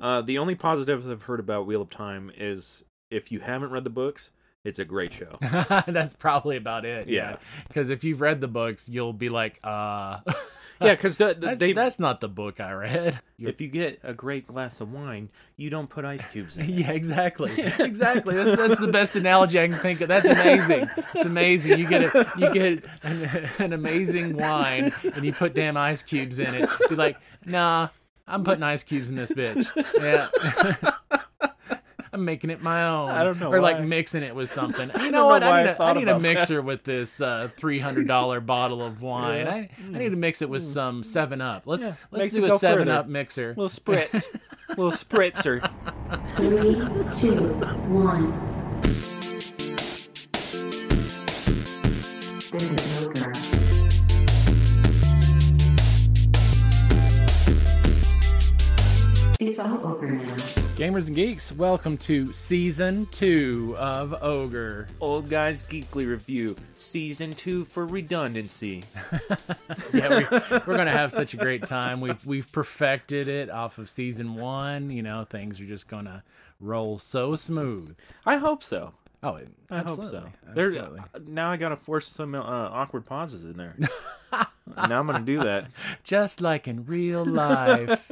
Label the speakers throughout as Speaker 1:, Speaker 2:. Speaker 1: Uh, the only positives I've heard about Wheel of Time is if you haven't read the books, it's a great show.
Speaker 2: That's probably about it.
Speaker 1: Yeah.
Speaker 2: Because if you've read the books, you'll be like, uh,
Speaker 1: yeah, because the, the,
Speaker 2: that's,
Speaker 1: they
Speaker 2: that's not the book I read. You're-
Speaker 1: if you get a great glass of wine, you don't put ice cubes in. it.
Speaker 2: yeah, exactly. Exactly. That's, that's the best analogy I can think of. That's amazing. It's amazing. You get a, you get an, an amazing wine and you put damn ice cubes in it. Be like, nah, I'm putting ice cubes in this bitch. Yeah. I'm making it my own.
Speaker 1: I don't know
Speaker 2: Or
Speaker 1: why.
Speaker 2: like mixing it with something. You know
Speaker 1: know
Speaker 2: what?
Speaker 1: why
Speaker 2: I
Speaker 1: I
Speaker 2: need, a, I
Speaker 1: thought
Speaker 2: need a
Speaker 1: about that.
Speaker 2: mixer with this uh, $300 bottle of wine. I, I need to mix it with some 7 Up. Let's
Speaker 1: Mm. Yeah,
Speaker 2: let's
Speaker 1: makes it
Speaker 2: do a
Speaker 1: go
Speaker 2: 7
Speaker 1: further.
Speaker 2: Up mixer.
Speaker 1: little spritz, little spritzer.
Speaker 3: Three, two, one. This is Hooker. It's all over now.
Speaker 2: Gamers and geeks, welcome to season two of Ogre.
Speaker 1: Old guys geekly review season two for redundancy.
Speaker 2: Yeah, we, we're gonna have such a great time. We've we've perfected it off of season one. You know, things are just gonna roll so smooth.
Speaker 1: I hope so.
Speaker 2: Oh, it-
Speaker 1: I
Speaker 2: absolutely,
Speaker 1: hope so. There,
Speaker 2: Absolutely.
Speaker 1: uh, now I gotta force some uh, awkward pauses in there. now I'm gonna do that.
Speaker 2: just like in real life.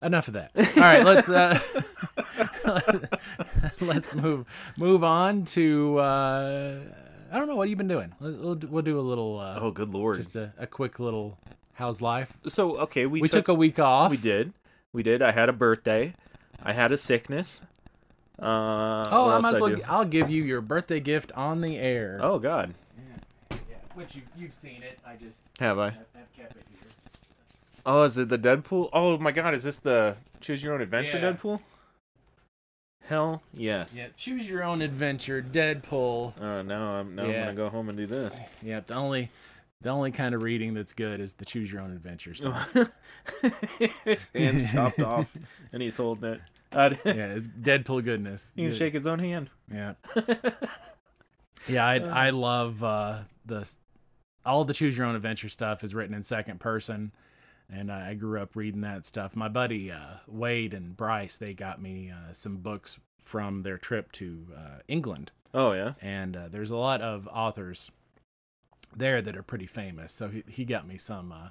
Speaker 2: Enough of that. All right, let's uh, let's move move on to uh, I don't know what you've been doing. We'll, we'll do- we'll do a little uh,
Speaker 1: Oh, good lord!
Speaker 2: just a, a quick little how's life.
Speaker 1: so okay, we,
Speaker 2: We, took, a week off.
Speaker 1: we did, we did. I had a birthday. I had a sickness. Uh,
Speaker 2: Oh,
Speaker 1: what
Speaker 2: I
Speaker 1: else
Speaker 2: might as
Speaker 1: did
Speaker 2: well.
Speaker 1: do?
Speaker 2: I'll give you your birthday gift on the air.
Speaker 1: Oh God,
Speaker 2: yeah. Which you, you've seen it. I just
Speaker 1: have I?
Speaker 2: have kept it here.
Speaker 1: Oh, is it the Deadpool? Oh my God, is this the Choose Your Own Adventure
Speaker 2: Yeah.
Speaker 1: Deadpool? Hell yes.
Speaker 2: Yeah. Choose your own adventure, Deadpool.
Speaker 1: Oh no, I'm now
Speaker 2: Yeah.
Speaker 1: I'm gonna go home and do this.
Speaker 2: Yeah, the only the only kind of reading that's good is the choose your own adventure stuff.
Speaker 1: His hands chopped off, and he's holding it. Uh,
Speaker 2: yeah, it's Deadpool goodness.
Speaker 1: He can
Speaker 2: yeah.
Speaker 1: shake his own hand.
Speaker 2: Yeah. yeah, I I love uh the all the choose your own adventure stuff is written in second person and I grew up reading that stuff. My buddy uh Wade and Bryce, they got me uh, some books from their trip to uh England.
Speaker 1: Oh yeah.
Speaker 2: and uh, there's a lot of authors there that are pretty famous. So he, he got me some uh,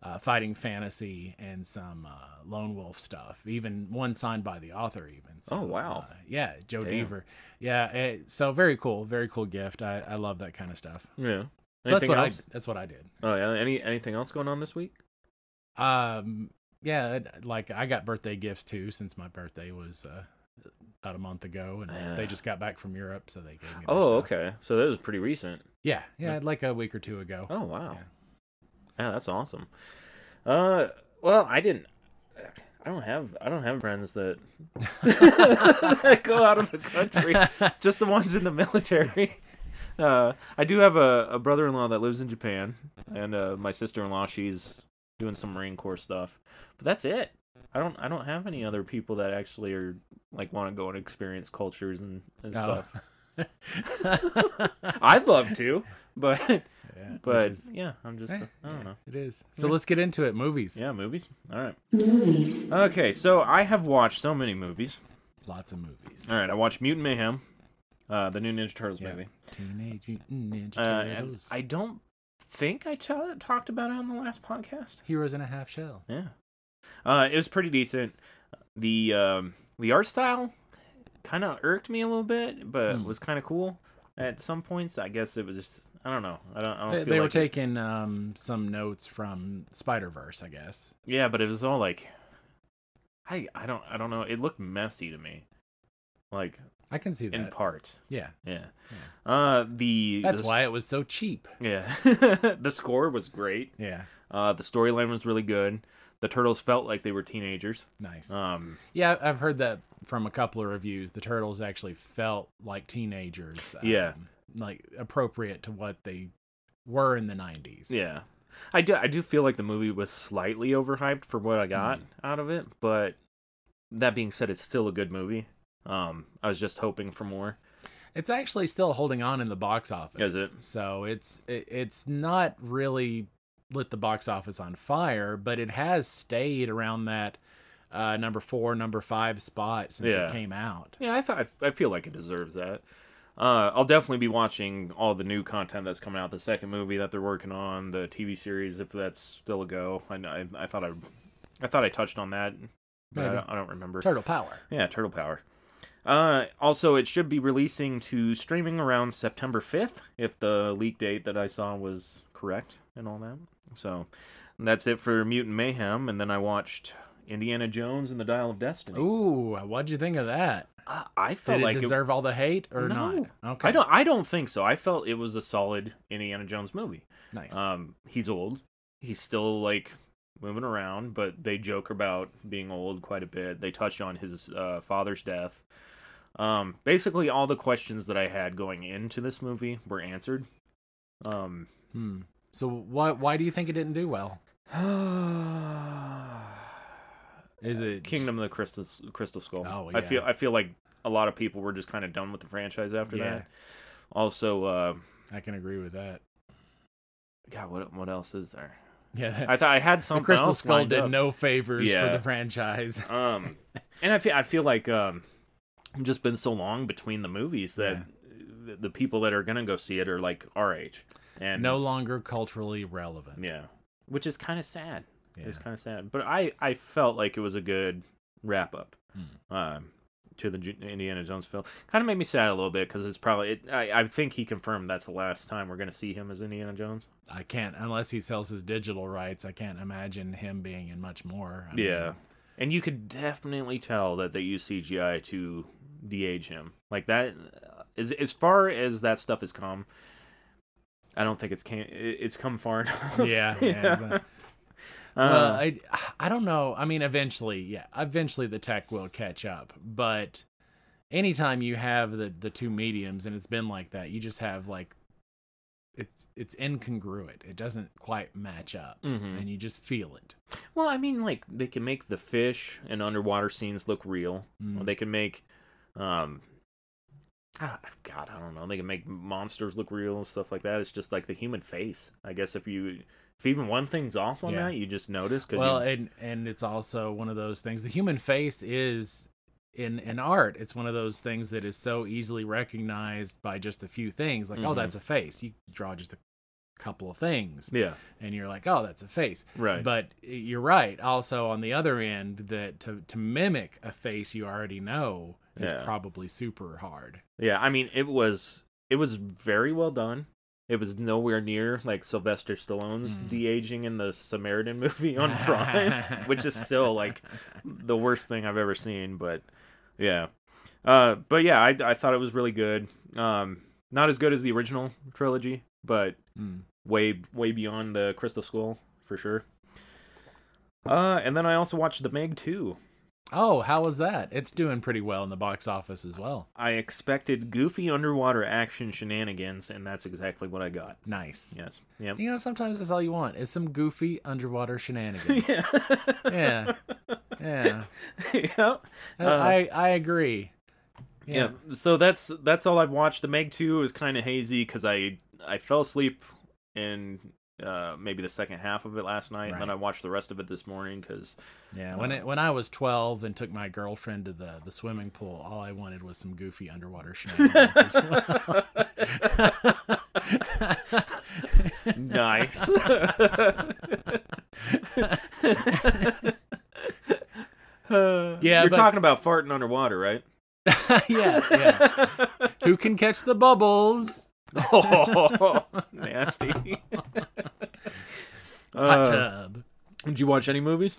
Speaker 2: uh, fighting fantasy and some uh, lone wolf stuff, even one signed by the author, even. So,
Speaker 1: Oh, wow.
Speaker 2: uh, yeah, Joe
Speaker 1: Damn.
Speaker 2: Deaver. Yeah, eh, so very cool, very cool gift. I, I love that kind of stuff.
Speaker 1: Yeah.
Speaker 2: So that's
Speaker 1: Anything
Speaker 2: what
Speaker 1: else?
Speaker 2: I that's what I did.
Speaker 1: Oh yeah. Any anything else going on this week?
Speaker 2: Um, yeah, it- like I got birthday gifts too, since my birthday was. Uh, about a month ago, and uh,
Speaker 1: Yeah.
Speaker 2: they just got back from Europe, so they gave me. their
Speaker 1: Oh
Speaker 2: stuff.
Speaker 1: okay. So that was pretty recent.
Speaker 2: Yeah, yeah, like a week or two ago.
Speaker 1: Oh wow.
Speaker 2: Yeah.
Speaker 1: Yeah, that's awesome. Uh, well, I didn't. I don't have I don't have friends that, that go out of the country. Just the ones in the military. Uh, I do have a, a brother-in-law that lives in Japan, and uh, my sister-in-law she's doing some Marine Corps stuff. But that's it. I don't I don't have any other people that actually are like want to go and experience cultures and, and
Speaker 2: Oh.
Speaker 1: stuff. I'd love to, but but
Speaker 2: is-
Speaker 1: yeah, I'm just
Speaker 2: Eh,
Speaker 1: I don't know.
Speaker 2: It is. So let's get into it. Movies.
Speaker 1: Yeah, movies. All right.
Speaker 3: Movies.
Speaker 1: Okay, so I have watched so many movies.
Speaker 2: Lots of movies.
Speaker 1: All right, I watched Mutant Mayhem, uh, the new Ninja Turtles
Speaker 2: Yeah.
Speaker 1: movie.
Speaker 2: Teenage Mutant Ninja
Speaker 1: Uh, and
Speaker 2: Turtles.
Speaker 1: I don't think I t- talked about it on the last podcast.
Speaker 2: Heroes in a Half Shell.
Speaker 1: Yeah, uh, it was pretty decent. The um, the art style kind of irked me a little bit, but
Speaker 2: Hmm.
Speaker 1: was kind of cool at some points. I guess it was just I don't know. I don't. I don't
Speaker 2: They,
Speaker 1: feel
Speaker 2: they were
Speaker 1: like it-
Speaker 2: taking um, some notes from Spider Verse, I guess.
Speaker 1: Yeah, but it was all like, I I don't I don't know. It looked messy to me, like
Speaker 2: I can see that.
Speaker 1: in parts.
Speaker 2: yeah,
Speaker 1: Yeah. Uh, the
Speaker 2: that's
Speaker 1: the-
Speaker 2: why it was so cheap.
Speaker 1: Yeah, the score was great.
Speaker 2: Yeah,
Speaker 1: Uh, the storyline was really good. The turtles felt like they were teenagers.
Speaker 2: nice.
Speaker 1: Um,
Speaker 2: yeah, I've heard that from a couple of reviews. The turtles actually felt like teenagers.
Speaker 1: Yeah.
Speaker 2: um, like appropriate to what they were in the nineties.
Speaker 1: yeah, I do. I do feel like the movie was slightly overhyped for what I got out of it. But that being said, it's still a good movie. Um, I was just hoping for more.
Speaker 2: It's actually still holding on in the box office.
Speaker 1: Is it?
Speaker 2: So it's it, it's not really lit the box office on fire, but it has stayed around that uh, number four, number five spot since
Speaker 1: Yeah.
Speaker 2: it came out.
Speaker 1: Yeah, I, f- I feel like it deserves that. Uh, I'll definitely be watching all the new content that's coming out, the second movie that they're working on, the TV series if that's still a go. I, I, I thought I, I thought I touched on that, but I
Speaker 2: Maybe.
Speaker 1: don't, I don't remember.
Speaker 2: Turtle Power.
Speaker 1: yeah, Turtle Power. Uh, also, it should be releasing to streaming around September 5th, if the leak date that I saw was correct and all that. So, that's it for Mutant Mayhem, and then I watched Indiana Jones and the Dial of Destiny.
Speaker 2: Ooh, what'd you think of that?
Speaker 1: Uh, I
Speaker 2: Did
Speaker 1: felt
Speaker 2: it
Speaker 1: like it-
Speaker 2: deserve all the hate or
Speaker 1: No.
Speaker 2: not? Okay,
Speaker 1: I don't. I don't think so. I felt it was a solid Indiana Jones movie.
Speaker 2: Nice.
Speaker 1: Um, he's old. He's still like moving around, but they joke about being old quite a bit. They touch on his uh, father's death. Um, basically, all the questions that I had going into this movie were answered. Um,
Speaker 2: hmm. So why why do you think it didn't do well? Is it
Speaker 1: Uh, Kingdom of the Crystal Crystal Skull.
Speaker 2: Oh,
Speaker 1: I
Speaker 2: yeah.
Speaker 1: feel I feel like a lot of people were just kind of done with the franchise after
Speaker 2: Yeah.
Speaker 1: that. Also, uh,
Speaker 2: I can agree with that.
Speaker 1: God, what what else is there?
Speaker 2: Yeah,
Speaker 1: I thought I had
Speaker 2: the
Speaker 1: something.
Speaker 2: Crystal
Speaker 1: else
Speaker 2: Skull
Speaker 1: lined
Speaker 2: did
Speaker 1: up.
Speaker 2: no favors
Speaker 1: Yeah.
Speaker 2: for the franchise.
Speaker 1: Um, and I feel I feel like um, it's just been so long between the movies that the, the people that are gonna go see it are like our age, and
Speaker 2: no longer culturally relevant.
Speaker 1: yeah, which is kind of sad.
Speaker 2: Yeah.
Speaker 1: It's kind of sad, but I I felt like it was a good wrap up.
Speaker 2: Hmm.
Speaker 1: Um. To the Ju- Indiana Jones film, kind of made me sad a little bit because it's probably. It, I, I think he confirmed that's the last time we're going to see him as Indiana Jones.
Speaker 2: I can't unless he sells his digital rights. I can't imagine him being in much more. I mean,
Speaker 1: Yeah. And you could definitely tell that they use CGI to de-age him. Like that as as far as that stuff has come, I don't think it's came, it's come far enough.
Speaker 2: yeah, yeah. exactly.
Speaker 1: Uh,
Speaker 2: Well, I I don't know. I mean, eventually, yeah, eventually the tech will catch up. But anytime you have the the two mediums, and it's been like that, you just have like it's it's incongruent. It doesn't quite match up,
Speaker 1: Mhm.
Speaker 2: and you just feel it.
Speaker 1: well, I mean like they can make the fish and underwater scenes look real.
Speaker 2: Mm.
Speaker 1: They can make um I don't- God, I don't know. They can make monsters look real and stuff like that. It's just like the human face. I guess if you if even one thing's off on
Speaker 2: Yeah.
Speaker 1: that, you just notice because
Speaker 2: Well, and and it's also one of those things. The human face is in in art. It's one of those things that is so easily recognized by just a few things. Like, oh,
Speaker 1: Mhm.
Speaker 2: that's a face. You draw just a couple of things,
Speaker 1: yeah,
Speaker 2: and you're like, oh, that's a face.
Speaker 1: right.
Speaker 2: But you're right. Also, on the other end, that to to mimic a face you already know is
Speaker 1: Yeah.
Speaker 2: probably super hard.
Speaker 1: Yeah, I mean it was it was very well done. It was nowhere near like Sylvester Stallone's
Speaker 2: Mm.
Speaker 1: de aging in the Samaritan movie on Prime, which is still like the worst thing I've ever seen. But yeah, uh, but yeah, I I thought it was really good. Um, not as good as the original trilogy, but
Speaker 2: Mm.
Speaker 1: way way beyond the Crystal Skull for sure. Uh, and then I also watched The Meg 2.
Speaker 2: Oh, how was that? It's doing pretty well in the box office as well.
Speaker 1: I expected goofy underwater action shenanigans, and that's exactly what I got.
Speaker 2: Nice.
Speaker 1: Yes. Yep.
Speaker 2: You know, sometimes that's all you want is some goofy underwater shenanigans. yeah. Yeah.
Speaker 1: yeah.
Speaker 2: I-
Speaker 1: Uh,
Speaker 2: I, I agree.
Speaker 1: Yeah. So that's that's all I've watched. The Meg Two is kind of hazy because I I fell asleep in uh, maybe the second half of it last night, and then
Speaker 2: Right.
Speaker 1: I watched the rest of it this morning because
Speaker 2: Yeah, when it, when I was twelve and took my girlfriend to the, the swimming pool, all I wanted was some goofy underwater shenanigans as well.
Speaker 1: nice.
Speaker 2: Yeah,
Speaker 1: you're
Speaker 2: but-
Speaker 1: talking about farting underwater, right?
Speaker 2: yeah, yeah. Who can catch the bubbles?
Speaker 1: Oh, nasty.
Speaker 2: Hot
Speaker 1: Uh,
Speaker 2: tub.
Speaker 1: Did you watch any movies?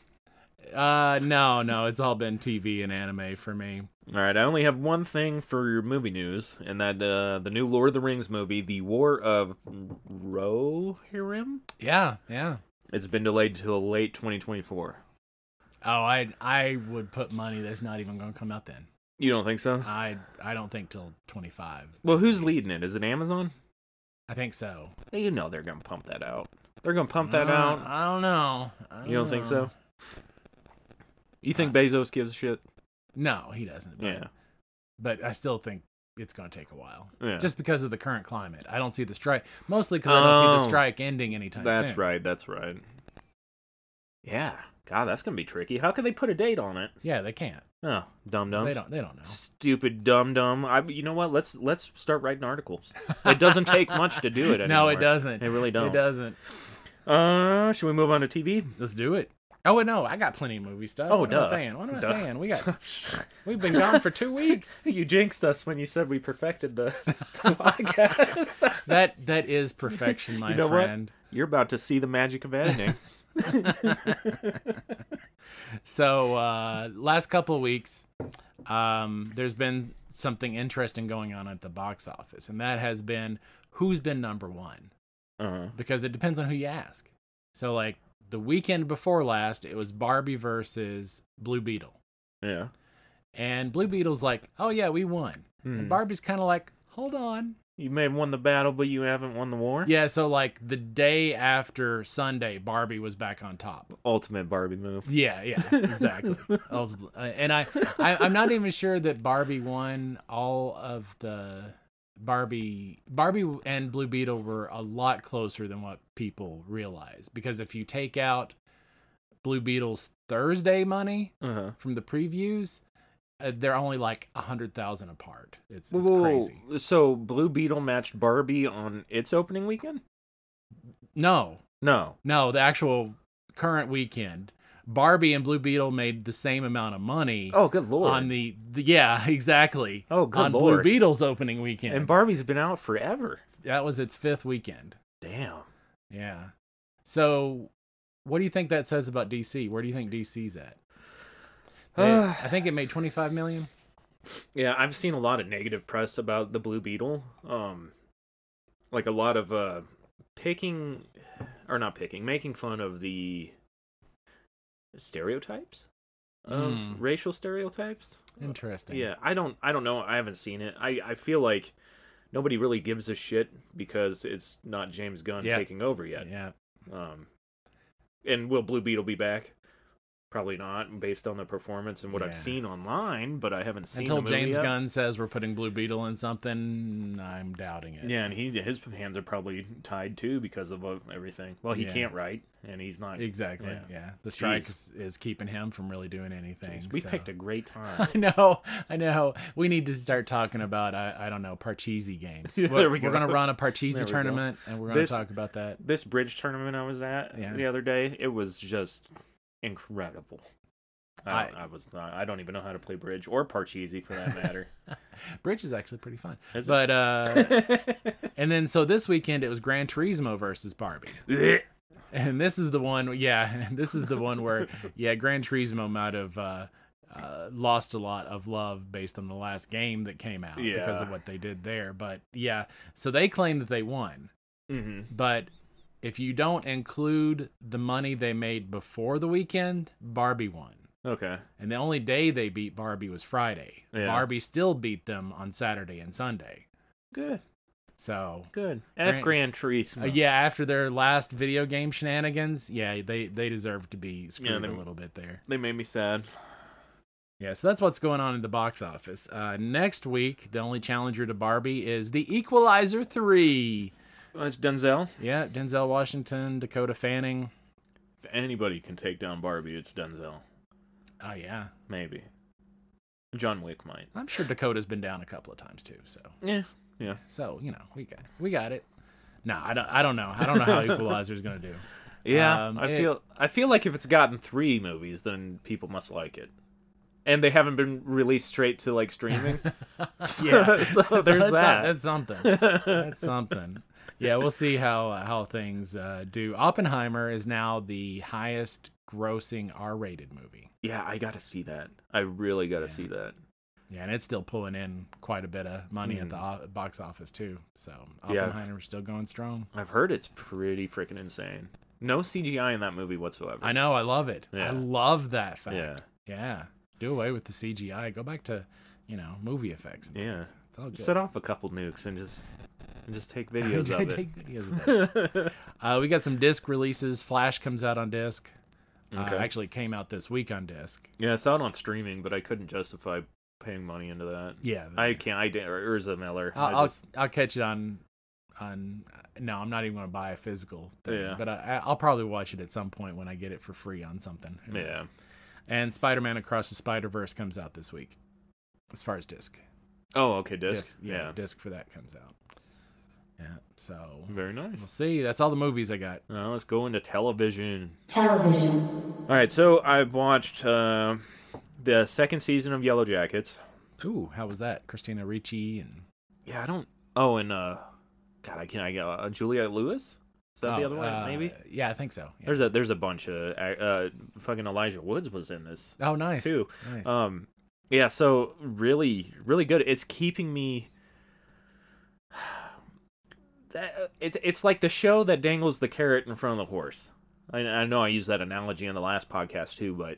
Speaker 2: Uh, no, no, it's all been TV and anime for me.
Speaker 1: All right, I only have one thing for your movie news, and that uh, the new Lord of the Rings movie, The War of Rohirrim,
Speaker 2: Yeah, yeah.
Speaker 1: it's been delayed till late 2024.
Speaker 2: Oh, I I would put money that's not even going to come out then.
Speaker 1: You don't think so?
Speaker 2: I I don't think till twenty five.
Speaker 1: Well, who's leading it? Is it Amazon?
Speaker 2: I think so.
Speaker 1: You know they're gonna pump that out. They're gonna pump that
Speaker 2: Uh,
Speaker 1: out.
Speaker 2: I don't know. I
Speaker 1: You don't think
Speaker 2: know. Uh,
Speaker 1: so? You think Bezos gives a shit?
Speaker 2: No, he doesn't. but-
Speaker 1: Yeah.
Speaker 2: but I still think it's going to take a while,
Speaker 1: Yeah.
Speaker 2: just because of the current climate. I don't see the strike mostly because I don't see
Speaker 1: Oh.
Speaker 2: the strike ending anytime
Speaker 1: That's
Speaker 2: soon.
Speaker 1: right. That's right. Yeah. God, that's gonna be tricky. How can they put a date on it?
Speaker 2: Yeah, they can't.
Speaker 1: Oh, dumb dumb.
Speaker 2: They don't. They don't know.
Speaker 1: Stupid dumb dumb. I. You know what? Let's let's start writing articles. It doesn't take much to do it. Anymore.
Speaker 2: No, it doesn't.
Speaker 1: It really don't.
Speaker 2: It doesn't.
Speaker 1: Uh, should we move on to TV?
Speaker 2: Let's do it. Oh wait, no, I got plenty of movie stuff.
Speaker 1: Oh,
Speaker 2: what am
Speaker 1: duh.
Speaker 2: I saying? What am I
Speaker 1: Duh.
Speaker 2: saying? We got. We've been gone for two weeks.
Speaker 1: You jinxed us when you said we perfected the, the podcast.
Speaker 2: That that is perfection, my
Speaker 1: you know
Speaker 2: friend.
Speaker 1: what? You're about to see the magic of editing.
Speaker 2: So uh, last couple of weeks, um, there's been something interesting going on at the box office, and that has been who's been number one
Speaker 1: uh,
Speaker 2: because it depends on who you ask. So like the weekend before last, it was Barbie versus Blue Beetle,
Speaker 1: yeah.
Speaker 2: and Blue Beetle's like, oh yeah, we won,
Speaker 1: Hmm.
Speaker 2: and Barbie's kind of like, hold on,
Speaker 1: You may have won the battle, but you haven't won the war.
Speaker 2: yeah. So like the day after Sunday, Barbie was back on top.
Speaker 1: Ultimate Barbie move.
Speaker 2: Yeah, yeah, exactly. Ultimately. Uh, And I, I, I'm not even sure that Barbie won all of the Barbie. Barbie and Blue Beetle were a lot closer than what people realize because if you take out Blue Beetle's Thursday money
Speaker 1: Uh-huh.
Speaker 2: from the previews, uh, they're only like a hundred thousand apart. It's,
Speaker 1: Whoa,
Speaker 2: it's
Speaker 1: whoa, whoa.
Speaker 2: crazy.
Speaker 1: So Blue Beetle matched Barbie on its opening weekend?
Speaker 2: No,
Speaker 1: No.
Speaker 2: no, the actual current weekend. Barbie and Blue Beetle made the same amount of money.
Speaker 1: Oh, good lord.
Speaker 2: on the, the yeah exactly
Speaker 1: Oh, good
Speaker 2: on
Speaker 1: lord.
Speaker 2: Blue Beetle's opening weekend.
Speaker 1: And Barbie's been out forever.
Speaker 2: that was its fifth weekend.
Speaker 1: Damn.
Speaker 2: Yeah. So, what do you think that says about DC? Where do you think DC's at? They- I think it made twenty five million.
Speaker 1: Yeah, I've seen a lot of negative press about the Blue Beetle. Um, like a lot of uh, picking, or not picking, making fun of the stereotypes of
Speaker 2: Mm.
Speaker 1: racial stereotypes.
Speaker 2: Interesting.
Speaker 1: Yeah, I don't, I don't know. I haven't seen it. I, I feel like nobody really gives a shit because it's not James Gunn
Speaker 2: Yeah.
Speaker 1: taking over yet.
Speaker 2: Yeah.
Speaker 1: Um, and will Blue Beetle be back? Probably not, based on the performance and what I've
Speaker 2: Yeah.
Speaker 1: seen online. But I haven't seen
Speaker 2: Until
Speaker 1: the movie
Speaker 2: James
Speaker 1: yet.
Speaker 2: Gunn says we're putting Blue Beetle in something, I'm doubting it.
Speaker 1: Yeah, and he his hands are probably tied too because of uh, everything. Well, he
Speaker 2: Yeah.
Speaker 1: can't write, and he's not.
Speaker 2: Exactly. Yeah.
Speaker 1: Yeah.
Speaker 2: The strike is, is keeping him from really doing anything.
Speaker 1: we
Speaker 2: so.
Speaker 1: picked a great time.
Speaker 2: I know, I know. We need to start talking about I, I don't know Parcheesi games.
Speaker 1: Yeah,
Speaker 2: We're,
Speaker 1: there we
Speaker 2: we're
Speaker 1: go.
Speaker 2: gonna run a
Speaker 1: There
Speaker 2: Parcheesi
Speaker 1: we go.
Speaker 2: tournament, and we're gonna
Speaker 1: This-
Speaker 2: talk about that.
Speaker 1: this bridge tournament I was at
Speaker 2: Yeah.
Speaker 1: the other day, it was just incredible. I,
Speaker 2: I-
Speaker 1: I was not. I don't even know how to play bridge or parcheesi for that matter.
Speaker 2: Bridge is actually pretty fun.
Speaker 1: Is it?
Speaker 2: but uh, and then so this weekend it was Gran Turismo versus Barbie, and this is the one. Yeah, this is the one where yeah, Gran Turismo might have. Uh, uh, lost a lot of love based on the last game that came out because
Speaker 1: Yeah.
Speaker 2: of what they did there. But yeah, so they claim that they won.
Speaker 1: hmm
Speaker 2: but if you don't include the money they made before the weekend, Barbie won.
Speaker 1: Okay.
Speaker 2: And the only day they beat Barbie was Friday.
Speaker 1: Yeah.
Speaker 2: Barbie still beat them on Saturday and Sunday.
Speaker 1: Good.
Speaker 2: So,
Speaker 1: Good. F
Speaker 2: Gran-
Speaker 1: Grand Trees.
Speaker 2: uh, yeah, after their last video game shenanigans, yeah, they they deserve to be screwed
Speaker 1: they-
Speaker 2: a little bit there.
Speaker 1: They made me sad.
Speaker 2: Yeah, so that's what's going on in the box office. Uh, next week, the only challenger to Barbie is The Equalizer 3.
Speaker 1: That's Uh, Denzel.
Speaker 2: Yeah, Denzel Washington, Dakota Fanning.
Speaker 1: If anybody can take down Barbie, it's Denzel.
Speaker 2: Oh, yeah.
Speaker 1: Maybe. John Wick might.
Speaker 2: I'm sure Dakota's been down a couple of times too. So,
Speaker 1: Yeah. Yeah.
Speaker 2: so you know, we got we got it. No, I don't. I don't know. I don't know how Equalizer's gonna do.
Speaker 1: Yeah,
Speaker 2: Um,
Speaker 1: I
Speaker 2: it-
Speaker 1: feel I feel like if it's gotten three movies, then people must like it, and they haven't been released straight to like streaming.
Speaker 2: Yeah.
Speaker 1: so
Speaker 2: So
Speaker 1: there's
Speaker 2: that's,
Speaker 1: that.
Speaker 2: That's something. That's something. Yeah, we'll see how how things uh, do. Oppenheimer is now the highest grossing R-rated movie.
Speaker 1: Yeah, I gotta see that. I really gotta see that.
Speaker 2: Yeah, and it's still pulling in quite a bit of money at the o- box office too. So
Speaker 1: Hmm. Yeah.
Speaker 2: Oppenheimer's still going strong.
Speaker 1: I've heard it's pretty freaking insane. No CGI in that movie whatsoever.
Speaker 2: I know. I love it.
Speaker 1: Yeah.
Speaker 2: I love that fact.
Speaker 1: Yeah,
Speaker 2: Yeah. Do away with the CGI. Go back to, you know, movie effects. and
Speaker 1: yeah.
Speaker 2: things. It's all good.
Speaker 1: Set off a couple nukes and just and just take videos of it.
Speaker 2: Take videos of it. uh, we got some disc releases. Flash comes out on disc. Uh,
Speaker 1: Okay.
Speaker 2: actually, it came out this week on disc.
Speaker 1: Yeah, I saw it on streaming, but I couldn't justify paying money into that.
Speaker 2: Yeah,
Speaker 1: I can't. I didn't. Or Urza Miller. I
Speaker 2: I'll,
Speaker 1: just-
Speaker 2: I'll I'll catch it on on. No, I'm not even going to buy a physical. Thing,
Speaker 1: Yeah.
Speaker 2: But I, I'll probably watch it at some point when I get it for free on something. Who knows?
Speaker 1: yeah.
Speaker 2: And Spider-Man Across the Spider-Verse comes out this week, as far as disc.
Speaker 1: Oh, okay. Disc.
Speaker 2: yeah,
Speaker 1: yeah.
Speaker 2: disc for that comes out. Yeah. So
Speaker 1: Very nice.
Speaker 2: we'll see. That's all the movies I got.
Speaker 1: Now let's go into television.
Speaker 3: television,
Speaker 1: All right. So I've watched uh, the second season of Yellow Jackets.
Speaker 2: Ooh, how was that? Christina Ricci and
Speaker 1: Yeah, I don't. Oh, and uh, God, I can't. I got uh, Juliette Lewis. Is that the
Speaker 2: Oh,
Speaker 1: other one?
Speaker 2: uh,
Speaker 1: Maybe.
Speaker 2: Yeah, I think so. Yeah.
Speaker 1: There's a there's a bunch of uh, uh, fucking Elijah Woods was in this
Speaker 2: oh, nice.
Speaker 1: too.
Speaker 2: Nice.
Speaker 1: Um, yeah. So really, really good. It's keeping me. That uh, it's it's like the show that dangles the carrot in front of the horse. I, I know I used that analogy on the last podcast too, but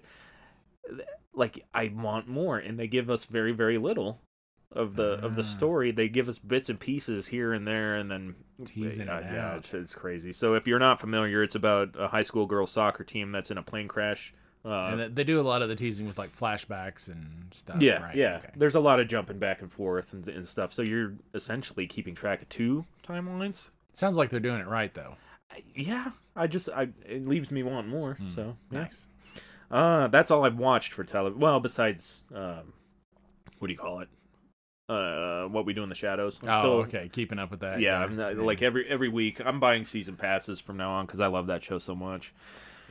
Speaker 1: uh, like I want more, and they give us very very little of the of
Speaker 2: Ah.
Speaker 1: the story. They give us bits and pieces here and there, and then
Speaker 2: Teasing
Speaker 1: yeah,
Speaker 2: it
Speaker 1: yeah,
Speaker 2: out.
Speaker 1: it's it's crazy. So if you're not familiar, it's about a high school girls soccer team that's in a plane crash. Uh,
Speaker 2: and they- they do a lot of the teasing with like flashbacks and stuff.
Speaker 1: yeah,
Speaker 2: right?
Speaker 1: yeah.
Speaker 2: Okay.
Speaker 1: There's a lot of jumping back and forth and, and stuff. So you're essentially keeping track of two timelines.
Speaker 2: Sounds like they're doing it right though.
Speaker 1: I- Uh, Yeah, I just I it leaves me wanting more. So yeah.
Speaker 2: Nice.
Speaker 1: Hmm, Uh, that's all I've watched for television. Well, besides um, what do you call it? Uh, what we do in the shadows. I'm
Speaker 2: oh,
Speaker 1: still-
Speaker 2: okay. Keeping up with that.
Speaker 1: Yeah, I'm not, like every every week, I'm buying season passes from now on because I love that show so much.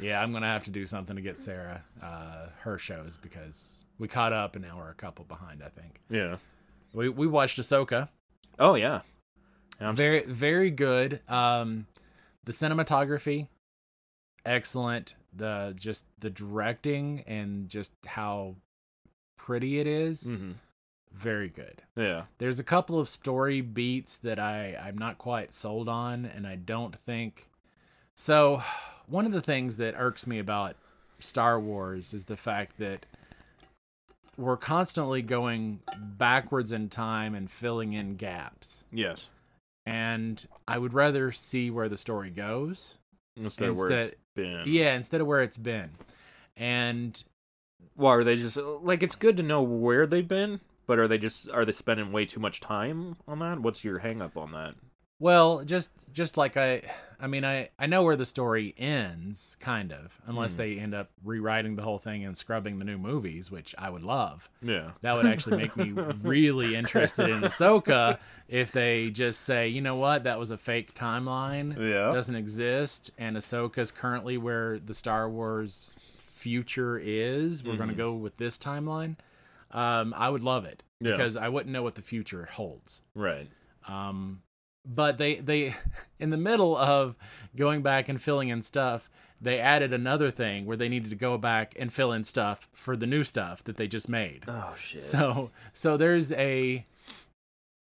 Speaker 2: yeah, I'm gonna have to do something to get Sarah uh, her shows because we caught up and now we're a couple behind. I think
Speaker 1: Yeah.
Speaker 2: we we watched Ahsoka.
Speaker 1: Oh yeah. And I'm
Speaker 2: very very good um the cinematography excellent the just the directing and just how pretty it is,
Speaker 1: hmm
Speaker 2: very good
Speaker 1: Yeah.
Speaker 2: there's a couple of story beats that i i'm not quite sold on and i don't think so one of the things that irks me about star wars is the fact that we're constantly going backwards in time and filling in gaps
Speaker 1: Yes.
Speaker 2: and I would rather see where the story goes.
Speaker 1: Instead of where it's
Speaker 2: Instead-
Speaker 1: been.
Speaker 2: Yeah, instead of where it's been. And
Speaker 1: Well, are they just like it's good to know where they've been, but are they just are they spending way too much time on that? What's your hang up on that?
Speaker 2: well, just just like I I mean I I know where the story ends kind of, unless they end up rewriting the whole thing and scrubbing the new movies, which I would love.
Speaker 1: Yeah.
Speaker 2: That would actually make me really interested in Ahsoka if they just say, you know what, that was a fake timeline.
Speaker 1: Yeah.
Speaker 2: Doesn't exist. And Ahsoka's currently where the Star Wars future is. We're going to
Speaker 1: Mm-hmm.
Speaker 2: go with this timeline. Um, I would love it
Speaker 1: Yeah.
Speaker 2: because I wouldn't know what the future holds.
Speaker 1: Right.
Speaker 2: Um, but they they in the middle of going back and filling in stuff, they added another thing where they needed to go back and fill in stuff for the new stuff that they just made.
Speaker 1: Oh shit.
Speaker 2: So so there's a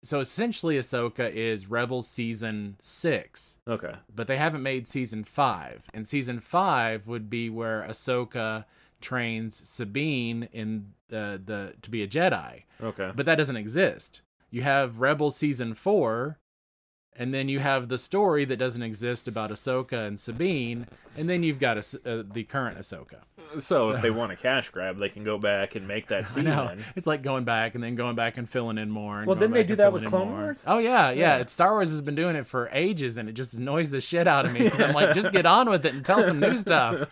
Speaker 2: so essentially Ahsoka is Rebels season six,
Speaker 1: okay.
Speaker 2: but they haven't made season five. And season five would be where Ahsoka trains Sabine in the the to be a Jedi.
Speaker 1: Okay.
Speaker 2: But that doesn't exist. You have Rebels season four, and then you have the story that doesn't exist about Ahsoka and Sabine, and then you've got Ahs- uh, the current Ahsoka.
Speaker 1: so, if they want a cash grab, they can go back and make that
Speaker 2: I
Speaker 1: season.
Speaker 2: know. It's like going back and then going back and filling in more. And
Speaker 1: Well,
Speaker 2: going
Speaker 1: didn't they
Speaker 2: back
Speaker 1: do that
Speaker 2: and
Speaker 1: with
Speaker 2: filling in
Speaker 1: Clone
Speaker 2: more.
Speaker 1: Wars?
Speaker 2: Oh yeah,
Speaker 1: Yeah.
Speaker 2: yeah, It's Star Wars has been doing it for ages, and it just annoys the shit out of me because I'm like, just get on with it and tell some new stuff.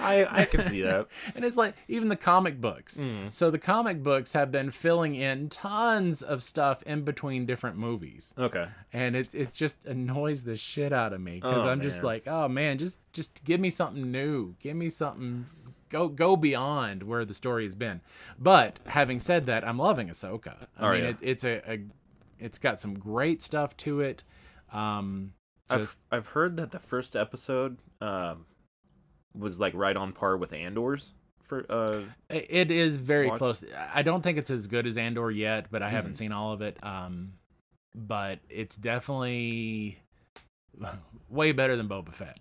Speaker 1: I I can see that.
Speaker 2: And it's like even the comic books.
Speaker 1: Mm.
Speaker 2: So the comic books have been filling in tons of stuff in between different movies,
Speaker 1: Okay.
Speaker 2: and it it just annoys the shit out of me because
Speaker 1: Oh,
Speaker 2: I'm just
Speaker 1: man.
Speaker 2: like, oh man, just just give me something new, give me something. Go go beyond where the story has been, but having said that, I'm loving Ahsoka. I
Speaker 1: Oh,
Speaker 2: mean,
Speaker 1: yeah.
Speaker 2: it, it's a, a, it's got some great stuff to it. Um,
Speaker 1: I've
Speaker 2: just
Speaker 1: I've heard that the first episode um was like right on par with Andor's for uh
Speaker 2: i- it is very
Speaker 1: Watch- Mm-hmm.
Speaker 2: close. I don't think it's as good as Andor yet, but I haven't seen all of it. Um, but it's definitely way better than Boba Fett.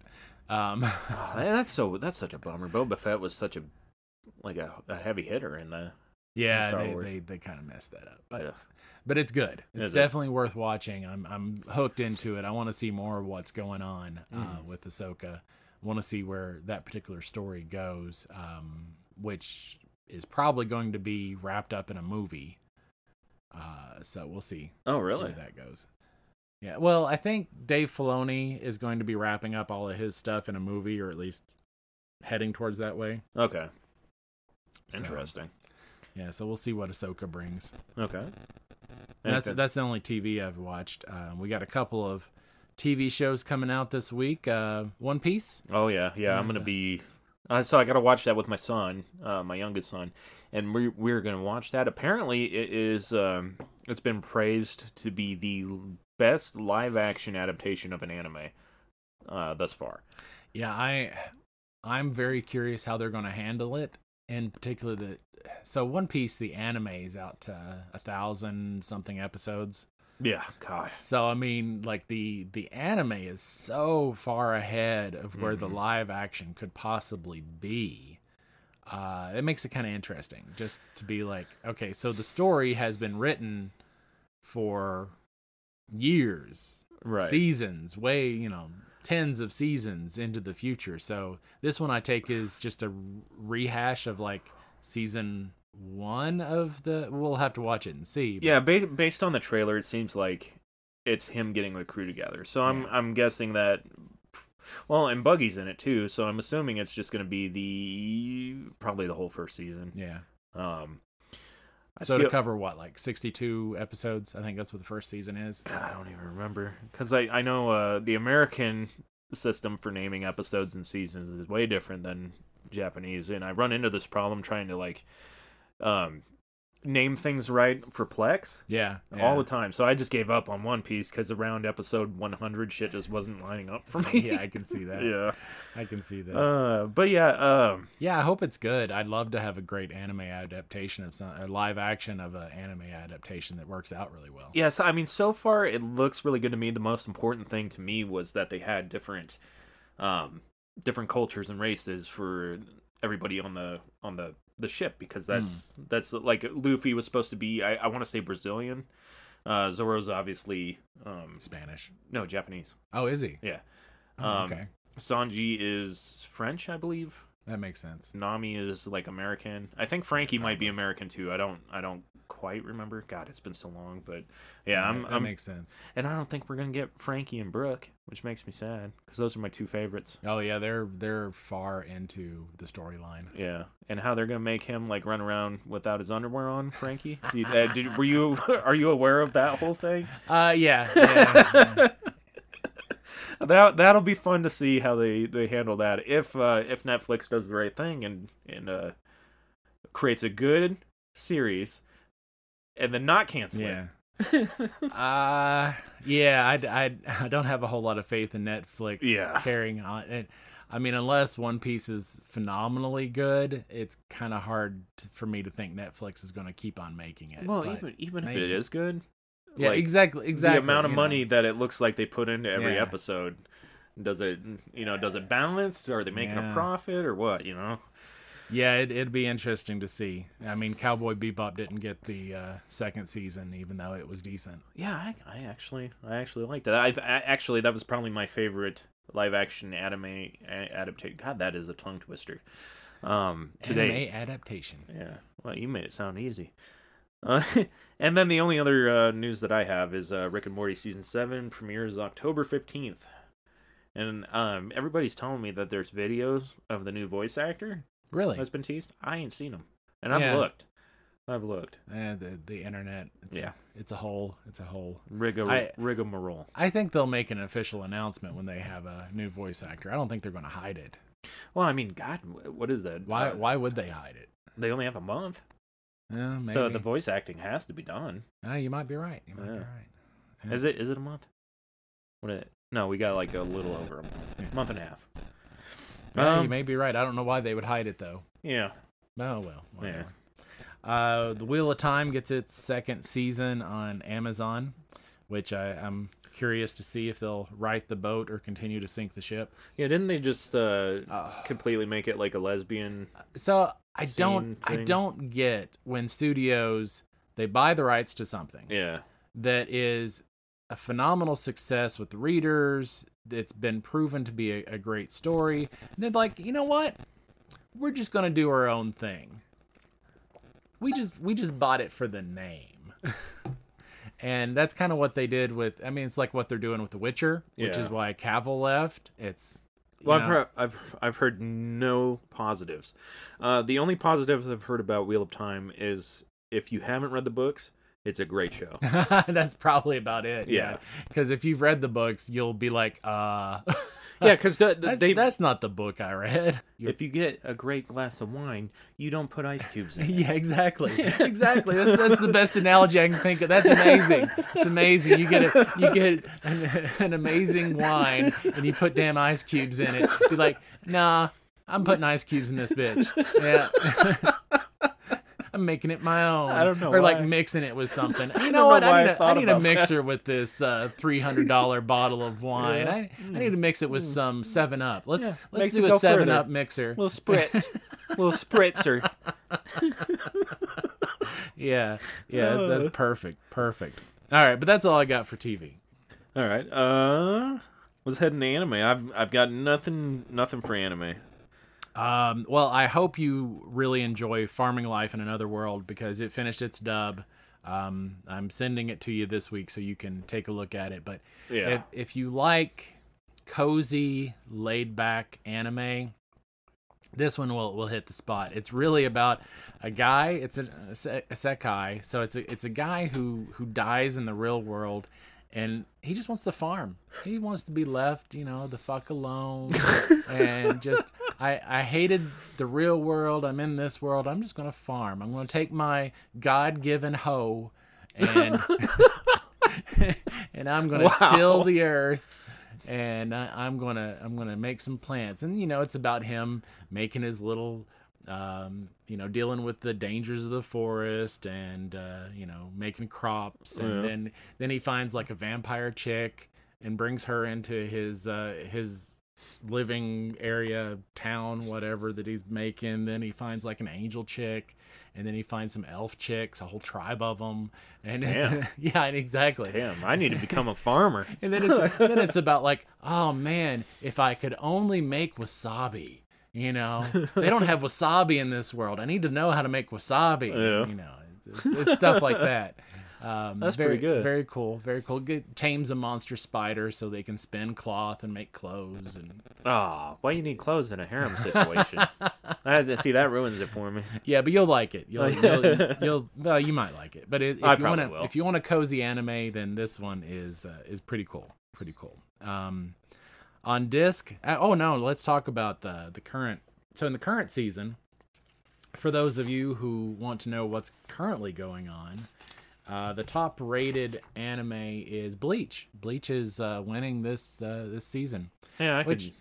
Speaker 2: Um,
Speaker 1: oh, man, that's so that's such a bummer. Boba Fett was such a like a, a heavy hitter in the
Speaker 2: Yeah,
Speaker 1: Star
Speaker 2: they,
Speaker 1: Wars.
Speaker 2: they they kind of messed that up, but
Speaker 1: Yeah.
Speaker 2: but it's good. It's
Speaker 1: Is it?
Speaker 2: definitely worth watching. I'm I'm hooked into it. I want to see more of what's going on
Speaker 1: Mm.
Speaker 2: uh, with Ahsoka. Want to see where that particular story goes, um, which is probably going to be wrapped up in a movie. Uh, so we'll see.
Speaker 1: Oh,
Speaker 2: see
Speaker 1: really?
Speaker 2: where that goes. Yeah. Well, I think Dave Filoni is going to be wrapping up all of his stuff in a movie, or at least heading towards that way.
Speaker 1: Okay.
Speaker 2: So,
Speaker 1: Interesting.
Speaker 2: yeah. So we'll see what Ahsoka brings.
Speaker 1: Okay.
Speaker 2: And that's
Speaker 1: Okay.
Speaker 2: that's the only TV I've watched. Um, we got a couple of TV shows coming out this week. Uh, One Piece.
Speaker 1: Oh yeah, yeah. I'm gonna
Speaker 2: Yeah.
Speaker 1: be. Uh, so I gotta watch that with my son, uh, my youngest son, and we we're gonna watch that. Apparently, it is. Um, it's been praised to be the best live action adaptation of an anime uh, thus far.
Speaker 2: Yeah, I I'm very curious how they're going to handle it, in particular the so One Piece the anime is out to a thousand something episodes.
Speaker 1: Yeah. God.
Speaker 2: So I mean, like the the anime is so far ahead of where the
Speaker 1: Mhm.
Speaker 2: live action could possibly be. Uh, it makes it kind of interesting just to be like, okay, so the story has been written for years,
Speaker 1: Right.
Speaker 2: seasons, way you know, tens of seasons into the future. So this one I take is just a rehash of like season one of the. We'll have to watch it and see. but-
Speaker 1: Yeah. Ba- based on the trailer, it seems like it's him getting the crew together. So I'm
Speaker 2: Yeah.
Speaker 1: I'm guessing that. Well, and Buggy's in it too, so I'm assuming it's just gonna be the probably the whole first season.
Speaker 2: yeah.
Speaker 1: Um. I
Speaker 2: So to
Speaker 1: feel-
Speaker 2: cover what, like sixty-two episodes? I think that's what the first season is.
Speaker 1: God, I don't even remember because I I know uh, the American system for naming episodes and seasons is way different than Japanese, and I run into this problem trying to like um name things right for Plex
Speaker 2: Yeah,
Speaker 1: all the time. So I just gave up on One Piece because around episode 100, shit just wasn't lining up for me.
Speaker 2: yeah, I can see that.
Speaker 1: yeah.
Speaker 2: I can see that.
Speaker 1: Uh, but yeah, um,
Speaker 2: yeah, I hope it's good. I'd love to have a great anime adaptation of some, a live action of an anime adaptation that works out really well.
Speaker 1: Yes, I mean, so far it looks really good to me. The most important thing to me was that they had different, um, different cultures and races for everybody on the on the the ship because
Speaker 2: Hmm.
Speaker 1: that's that's like Luffy was supposed to be. I, I want to say Brazilian. Uh, Zoro's obviously um,
Speaker 2: Spanish.
Speaker 1: no Japanese.
Speaker 2: Oh, is he?
Speaker 1: Yeah.
Speaker 2: Oh,
Speaker 1: Um,
Speaker 2: okay,
Speaker 1: Sanji is French, I believe.
Speaker 2: that makes sense.
Speaker 1: Nami is like American. I think Frankie might be American too. I don't. I don't quite remember. God, it's been so long. But yeah, I'm.
Speaker 2: that
Speaker 1: I'm
Speaker 2: makes sense.
Speaker 1: and I don't think we're gonna get Frankie and Brooke, which makes me sad because those are my two favorites.
Speaker 2: Oh yeah, they're they're far into the storyline.
Speaker 1: Yeah, and how they're gonna make him like run around without his underwear on, Frankie? You- uh, did, were you are you aware of that whole thing?
Speaker 2: Uh, yeah, yeah.
Speaker 1: That that'll be fun to see how they they handle that if uh, if Netflix does the right thing and and uh, creates a good series, and then not cancel
Speaker 2: yeah.
Speaker 1: it.
Speaker 2: uh yeah I, I i don't have a whole lot of faith in netflix
Speaker 1: Yeah.
Speaker 2: carrying on and i mean unless one piece is phenomenally good it's kind of hard t for me to think netflix is going to keep on making it
Speaker 1: Well,
Speaker 2: but-
Speaker 1: even even if it
Speaker 2: maybe.
Speaker 1: is good,
Speaker 2: yeah
Speaker 1: like,
Speaker 2: exactly exactly
Speaker 1: the amount of
Speaker 2: you know.
Speaker 1: money that it looks like they put into every
Speaker 2: Yeah.
Speaker 1: episode does it you know does it balance are they making
Speaker 2: Yeah.
Speaker 1: a profit or what you know
Speaker 2: yeah it, it'd be interesting to see i mean cowboy bebop didn't get the uh second season even though it was decent
Speaker 1: yeah i, I actually i actually liked it I've, I actually that was probably my favorite live action anime adaptation god that is a tongue twister um today
Speaker 2: Anime adaptation
Speaker 1: yeah well you made it sound easy uh, and then the only other uh, news that I have is uh, Rick and Morty season seven premieres October fifteenth, and um, everybody's telling me that there's videos of the new voice actor,
Speaker 2: really
Speaker 1: has been teased. I ain't seen them, and I've
Speaker 2: Yeah.
Speaker 1: looked. I've looked.
Speaker 2: Eh, the, the internet it's
Speaker 1: Yeah.
Speaker 2: a, it's a hole it's a hole
Speaker 1: Rigor,
Speaker 2: I-
Speaker 1: rigmarole.
Speaker 2: I think they'll make an official announcement when they have a new voice actor. I don't think they're going to hide it.
Speaker 1: Well, I mean, God, wh- what is that?
Speaker 2: Why?
Speaker 1: Uh,
Speaker 2: Why would they hide it?
Speaker 1: They only have a month,
Speaker 2: Yeah, maybe.
Speaker 1: so the voice acting has to be done.
Speaker 2: Ah, you might be right. You might
Speaker 1: Yeah.
Speaker 2: be right. Yeah.
Speaker 1: Is it? Is it a month? What? It, no, we got like a little over a month,
Speaker 2: Yeah.
Speaker 1: month and a half.
Speaker 2: Yeah, you
Speaker 1: Um,
Speaker 2: may be right. I don't know why they would hide it though.
Speaker 1: Yeah.
Speaker 2: Oh well.
Speaker 1: Yeah.
Speaker 2: whatever. Uh, the Wheel of Time gets its second season on Amazon, which I, I'm curious to see if they'll right the boat or continue to sink the ship.
Speaker 1: Yeah. Didn't they just uh,
Speaker 2: Ah.
Speaker 1: completely make it like a lesbian?
Speaker 2: So I
Speaker 1: Scene
Speaker 2: don't. I
Speaker 1: thing.
Speaker 2: don't get when studios they buy the rights to something.
Speaker 1: Yeah.
Speaker 2: that is a phenomenal success with readers. It's been proven to be a, a great story. And they're like, you know what? We're just going to do our own thing. we just we just bought it for the name. and that's kind of what they did with I mean it's like what they're doing with The Witcher, which is
Speaker 1: Yeah.
Speaker 2: why Cavill left. It's you
Speaker 1: Well,
Speaker 2: know,
Speaker 1: I've, heard, I've I've heard no positives. Uh, the only positives I've heard about Wheel of Time is if you haven't read the books, it's a great show.
Speaker 2: that's probably about it.
Speaker 1: Yeah.
Speaker 2: Cuz if you've read the books, you'll be like, uh
Speaker 1: yeah, because the, the,
Speaker 2: that's,
Speaker 1: they
Speaker 2: that's not the book I read. You're-
Speaker 1: if you get a great glass of wine, you don't put ice cubes in. it.
Speaker 2: Yeah, exactly. Exactly. That's, that's the best analogy I can think of. That's amazing. It's amazing. You get a, you get an, an amazing wine and you put damn ice cubes in it. Be like, nah, I'm putting ice cubes in this bitch. Yeah. I'm making it my own.
Speaker 1: I don't know
Speaker 2: Or like
Speaker 1: why.
Speaker 2: mixing it with something. You know,
Speaker 1: know
Speaker 2: what?
Speaker 1: why
Speaker 2: I
Speaker 1: I
Speaker 2: need, a, I
Speaker 1: thought
Speaker 2: need a
Speaker 1: about that.
Speaker 2: mixer with this uh, $300 bottle of wine. I, I need to mix it with some 7 Up. Let's
Speaker 1: Mm. Yeah,
Speaker 2: let's
Speaker 1: makes it
Speaker 2: do a
Speaker 1: go
Speaker 2: 7
Speaker 1: further.
Speaker 2: Up mixer.
Speaker 1: Little spritz, little spritzer.
Speaker 2: Yeah, yeah, that's perfect, perfect. All right, but that's all I got for TV.
Speaker 1: All right. Uh, let's head into anime. I've I've got nothing nothing for anime.
Speaker 2: Um, well, I hope you really enjoy Farming Life in Another World because it finished its dub. Um, I'm sending it to you this week so you can take a look at it. But
Speaker 1: Yeah.
Speaker 2: if, if you like cozy, laid back anime, this one will will hit the spot. It's really about a guy. It's a, a se- a sekai, so it's a it's a guy who who dies in the real world, and he just wants to farm. He wants to be left, you know, the fuck alone, and just I I hated the real world. I'm in this world. I'm just gonna farm. I'm gonna take my God given hoe, and and I'm gonna
Speaker 1: Wow.
Speaker 2: till the earth and I, I'm gonna I'm gonna make some plants. And you know, it's about him making his little, um, you know, dealing with the dangers of the forest, and uh, you know, making crops. And
Speaker 1: Yeah.
Speaker 2: then then he finds like a vampire chick and brings her into his uh, his living area, town, whatever that he's making. Then he finds like an angel chick. And then he finds some elf chicks, a whole tribe of them, and it's, yeah, exactly
Speaker 1: Damn, I need to become a farmer.
Speaker 2: and then it's then it's about like, oh man, if I could only make wasabi, you know, they don't have wasabi in this world. I need to know how to make wasabi,
Speaker 1: Yeah.
Speaker 2: you know, it's, it's stuff like that. Um,
Speaker 1: That's
Speaker 2: very
Speaker 1: pretty good.
Speaker 2: Very cool. Very cool. Good, tames a monster spider so they can spin cloth and make clothes. And
Speaker 1: Ah, why you need clothes in a harem situation? I had to see that ruins it for me.
Speaker 2: yeah, but you'll like it. You'll you'll, you'll well, you might like it. But it, if
Speaker 1: I
Speaker 2: you
Speaker 1: probably
Speaker 2: want to
Speaker 1: will.
Speaker 2: if you want a cozy anime, then this one is uh, is pretty cool. Pretty cool. Um, on disc. Uh, oh no, let's talk about the the current. So in the current season, for those of you who want to know what's currently going on, uh, the top rated anime is Bleach. Bleach is uh, winning this uh, this season.
Speaker 1: Yeah, I could.
Speaker 2: Which-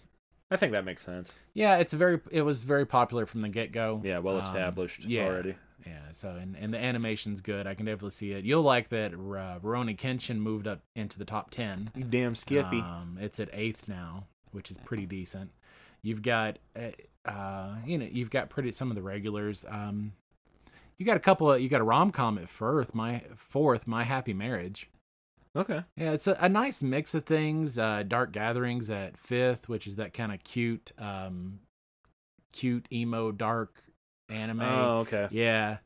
Speaker 1: I think that makes sense.
Speaker 2: Yeah, it's very it was very popular from the get go.
Speaker 1: Yeah, well established already.
Speaker 2: Yeah, so and, and the animation's good. I can definitely see it. You'll like that. Uh, Rurouni Kenshin moved up into the top ten.
Speaker 1: You damn Skippy.
Speaker 2: Um, it's at eighth now, which is pretty decent. You've got, uh, uh, you know, you've got pretty some of the regulars. Um, you got a couple of you got a rom com at fourth. My fourth, My Happy Marriage.
Speaker 1: okay.
Speaker 2: Yeah, it's a, a nice mix of things. Uh, Dark Gatherings at fifth, which is that kind of cute, um, cute emo dark anime.
Speaker 1: Oh, okay.
Speaker 2: Yeah.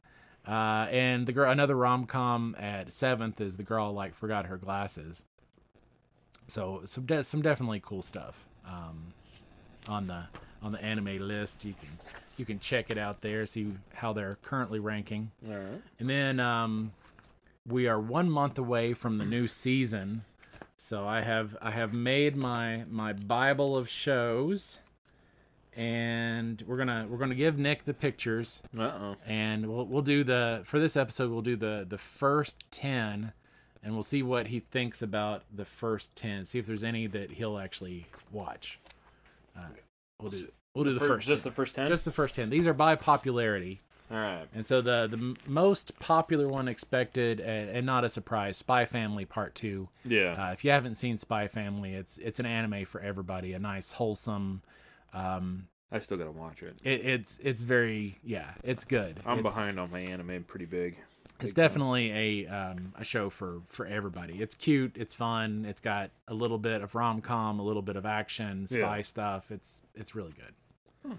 Speaker 2: Uh, and the girl, another rom com at seventh is the girl like forgot her glasses. So some de- some definitely cool stuff um, on the on the anime list. You can you can check it out there, see how they're currently ranking,
Speaker 1: All right.
Speaker 2: and then um, we are one month away from the new season. So I have I have made my my bible of shows, and we're gonna we're gonna give Nick the pictures
Speaker 1: Uh oh.
Speaker 2: and we'll we'll do the for this episode we'll do the the first 10 and we'll see what he thinks about the first 10 see if there's any that he'll actually watch uh, we'll do we'll do the first
Speaker 1: just
Speaker 2: 10.
Speaker 1: the first ten.
Speaker 2: just the first 10 these are by popularity
Speaker 1: All right.
Speaker 2: and so the the m- most popular one expected and, and not a surprise spy family part 2
Speaker 1: Yeah.
Speaker 2: uh, if you haven't seen spy family it's it's an anime for everybody a nice wholesome um
Speaker 1: I still gotta watch it.
Speaker 2: it, it's it's very yeah it's good
Speaker 1: I'm
Speaker 2: It's-
Speaker 1: behind on my anime pretty big.
Speaker 2: it's
Speaker 1: Big time.
Speaker 2: definitely a um, a show for for everybody. It's cute, it's fun, it's got a little bit of rom com, a little bit of action,
Speaker 1: Yeah.
Speaker 2: spy stuff. It's it's really good.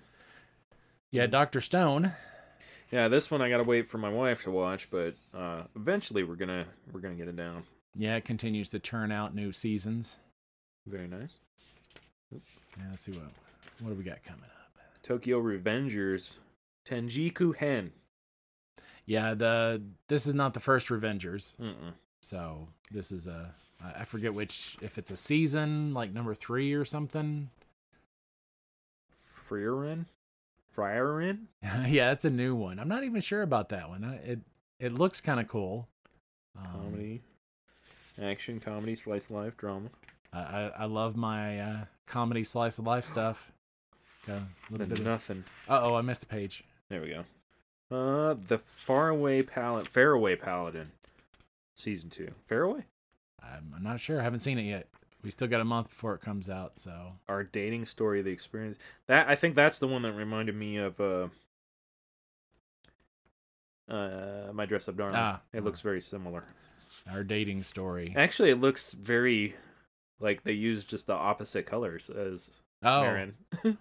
Speaker 2: Yeah, Doctor Stone.
Speaker 1: Yeah, this one I gotta wait for my wife to watch, but uh, eventually we're gonna we're gonna get it down.
Speaker 2: Yeah, it continues to turn out new seasons.
Speaker 1: Very nice.
Speaker 2: Yeah, let's see what what do we got coming up.
Speaker 1: Tokyo Revengers, Tenjiku Hen.
Speaker 2: Yeah, the this is not the first Revengers,
Speaker 1: Mm-mm.
Speaker 2: so this is a I I forget which if it's a season like number three or something.
Speaker 1: Frierin, Frierin.
Speaker 2: yeah, that's a new one. I'm not even sure about that one. I, it it looks kind of cool. Um,
Speaker 1: Comedy, action, comedy, slice of life, drama.
Speaker 2: I, I I love my uh, comedy slice of life stuff. Got a little
Speaker 1: Then
Speaker 2: bit. Uh
Speaker 1: nothing.
Speaker 2: oh, I missed a page.
Speaker 1: There we go. Uh, the faraway palad, faraway paladin, season two. Faraway.
Speaker 2: I'm, I'm not sure. I haven't seen it yet. We still got a month before it comes out, so
Speaker 1: Our dating story, the experience. That I think that's the one that reminded me of. Uh, uh, my dress up darling.
Speaker 2: Ah.
Speaker 1: it looks very similar.
Speaker 2: our dating story.
Speaker 1: Actually, it looks very like they use just the opposite colors as
Speaker 2: Oh,
Speaker 1: Marin. But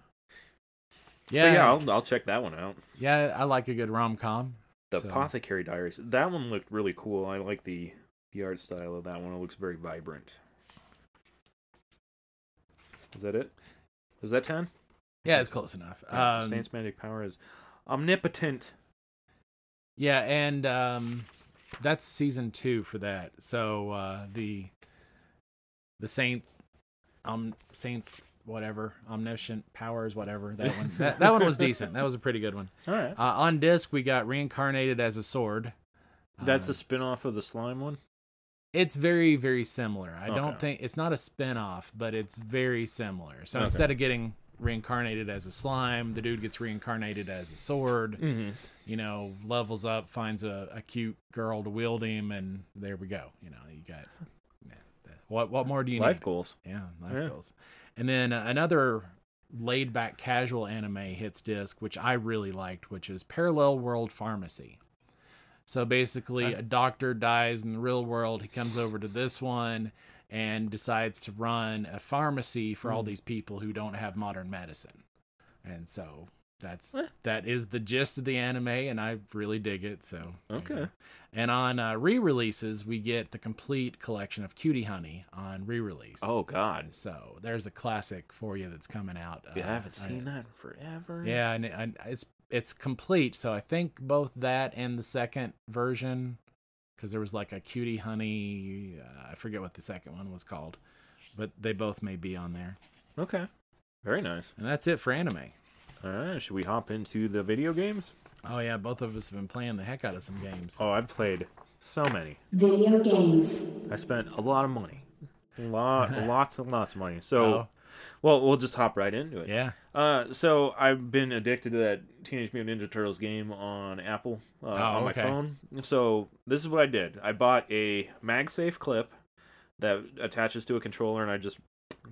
Speaker 2: yeah,
Speaker 1: yeah,
Speaker 2: yeah,
Speaker 1: I'll, I'll check that one out.
Speaker 2: I like a good rom com.
Speaker 1: The
Speaker 2: So-
Speaker 1: Apothecary Diaries. That one looked really cool. I like the the art style of that one. It looks very vibrant. Is that it? Is that ten?
Speaker 2: Yeah, it's close enough.
Speaker 1: Yeah,
Speaker 2: Um,
Speaker 1: Saint's magic power is omnipotent.
Speaker 2: yeah, and um, that's season two for that. So uh, the the saints, um, saints, whatever, omniscient powers, whatever. That one, that, that one was decent. That was a pretty good one.
Speaker 1: All right,
Speaker 2: Uh, on disc, we got reincarnated as a sword.
Speaker 1: that's
Speaker 2: Uh,
Speaker 1: a spin-off of the slime one.
Speaker 2: it's very very similar i don't
Speaker 1: Okay.
Speaker 2: think it's not a spin-off but it's very similar so
Speaker 1: Okay.
Speaker 2: instead of getting reincarnated as a slime the dude gets reincarnated as a sword
Speaker 1: Mm-hmm.
Speaker 2: you know levels up finds a, a cute girl to wield him and there we go you know you got yeah, that- what what more do you
Speaker 1: Life
Speaker 2: need
Speaker 1: goals.
Speaker 2: yeah life
Speaker 1: Yeah.
Speaker 2: goals and then uh, another laid back casual anime hits disc which i really liked which is parallel world pharmacy so basically,
Speaker 1: Uh,
Speaker 2: a doctor dies in the real world. He comes over to this one and decides to run a pharmacy for all
Speaker 1: Hmm.
Speaker 2: these people who don't have modern medicine. And so that's
Speaker 1: Eh.
Speaker 2: that is the gist of the anime, and I really dig it. So there you
Speaker 1: Okay.
Speaker 2: go. And on uh, re-releases, we get the complete collection of Cutie Honey on re-release.
Speaker 1: Oh God,
Speaker 2: so there's a classic for you that's coming out.
Speaker 1: we
Speaker 2: uh,
Speaker 1: haven't
Speaker 2: I-
Speaker 1: seen that in forever.
Speaker 2: yeah, and, and it's it's complete. So I think both that and the second version, because there was like a cutie honey. Uh, I forget what the second one was called, but they both may be on there.
Speaker 1: Okay. Very nice.
Speaker 2: And that's it for anime.
Speaker 1: All right, should we hop into the video games?
Speaker 2: Oh yeah, both of us have been playing the heck out of some games.
Speaker 1: Oh, I've played so many.
Speaker 3: Video games.
Speaker 1: I spent a lot of money. Lot, lots and lots of money. So,
Speaker 2: Oh.
Speaker 1: well, we'll just hop right into it.
Speaker 2: Yeah.
Speaker 1: Uh, so I've been addicted to that Teenage Mutant Ninja Turtles game on Apple uh, on
Speaker 2: Oh, okay.
Speaker 1: my phone. So this is what I did. I bought a MagSafe clip that attaches to a controller, and I just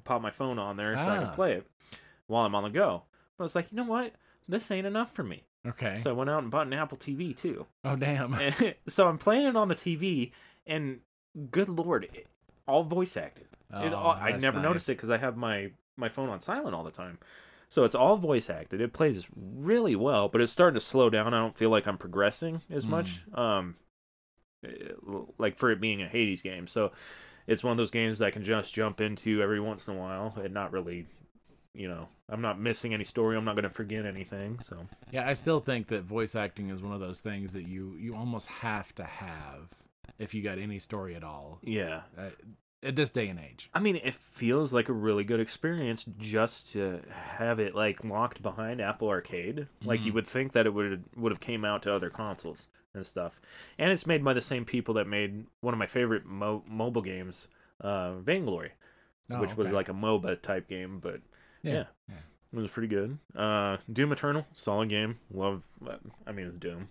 Speaker 1: pop my phone on there so I
Speaker 2: Ah.
Speaker 1: can play it while I'm on the go. But I was like, you know what? This ain't enough for me.
Speaker 2: Okay.
Speaker 1: So I went out and bought an Apple TV too.
Speaker 2: oh damn.
Speaker 1: And- so I'm playing it on the TV, and good lord, it, all voice acted. it
Speaker 2: Oh,
Speaker 1: all, I
Speaker 2: that's
Speaker 1: never noticed it
Speaker 2: nice.
Speaker 1: because I have my my phone on silent all the time, so it's all voice acted. It plays really well, but it's starting to slow down. I don't feel like I'm progressing as much.
Speaker 2: Hmm.
Speaker 1: Um, eh, like for it being a Hades game, so it's one of those games that I can just jump into every once in a while and not really. You know, I'm not missing any story. I'm not going to forget anything. So,
Speaker 2: Yeah, I still think that voice acting is one of those things that you you almost have to have if you got any story at all
Speaker 1: yeah.
Speaker 2: uh, at this day and age.
Speaker 1: I mean, it feels like a really good experience just to have it like locked behind Apple Arcade. Like you
Speaker 2: Mhm.
Speaker 1: would think that it would would have came out to other consoles and stuff. And it's made by the same people that made one of my favorite mo- mobile games, uh, Vainglory,
Speaker 2: Oh,
Speaker 1: which was
Speaker 2: okay.
Speaker 1: like a MOBA type game, but yeah.
Speaker 2: yeah.
Speaker 1: it was pretty good. Uh, Doom Eternal, solid game. Love. I mean, it's Doom.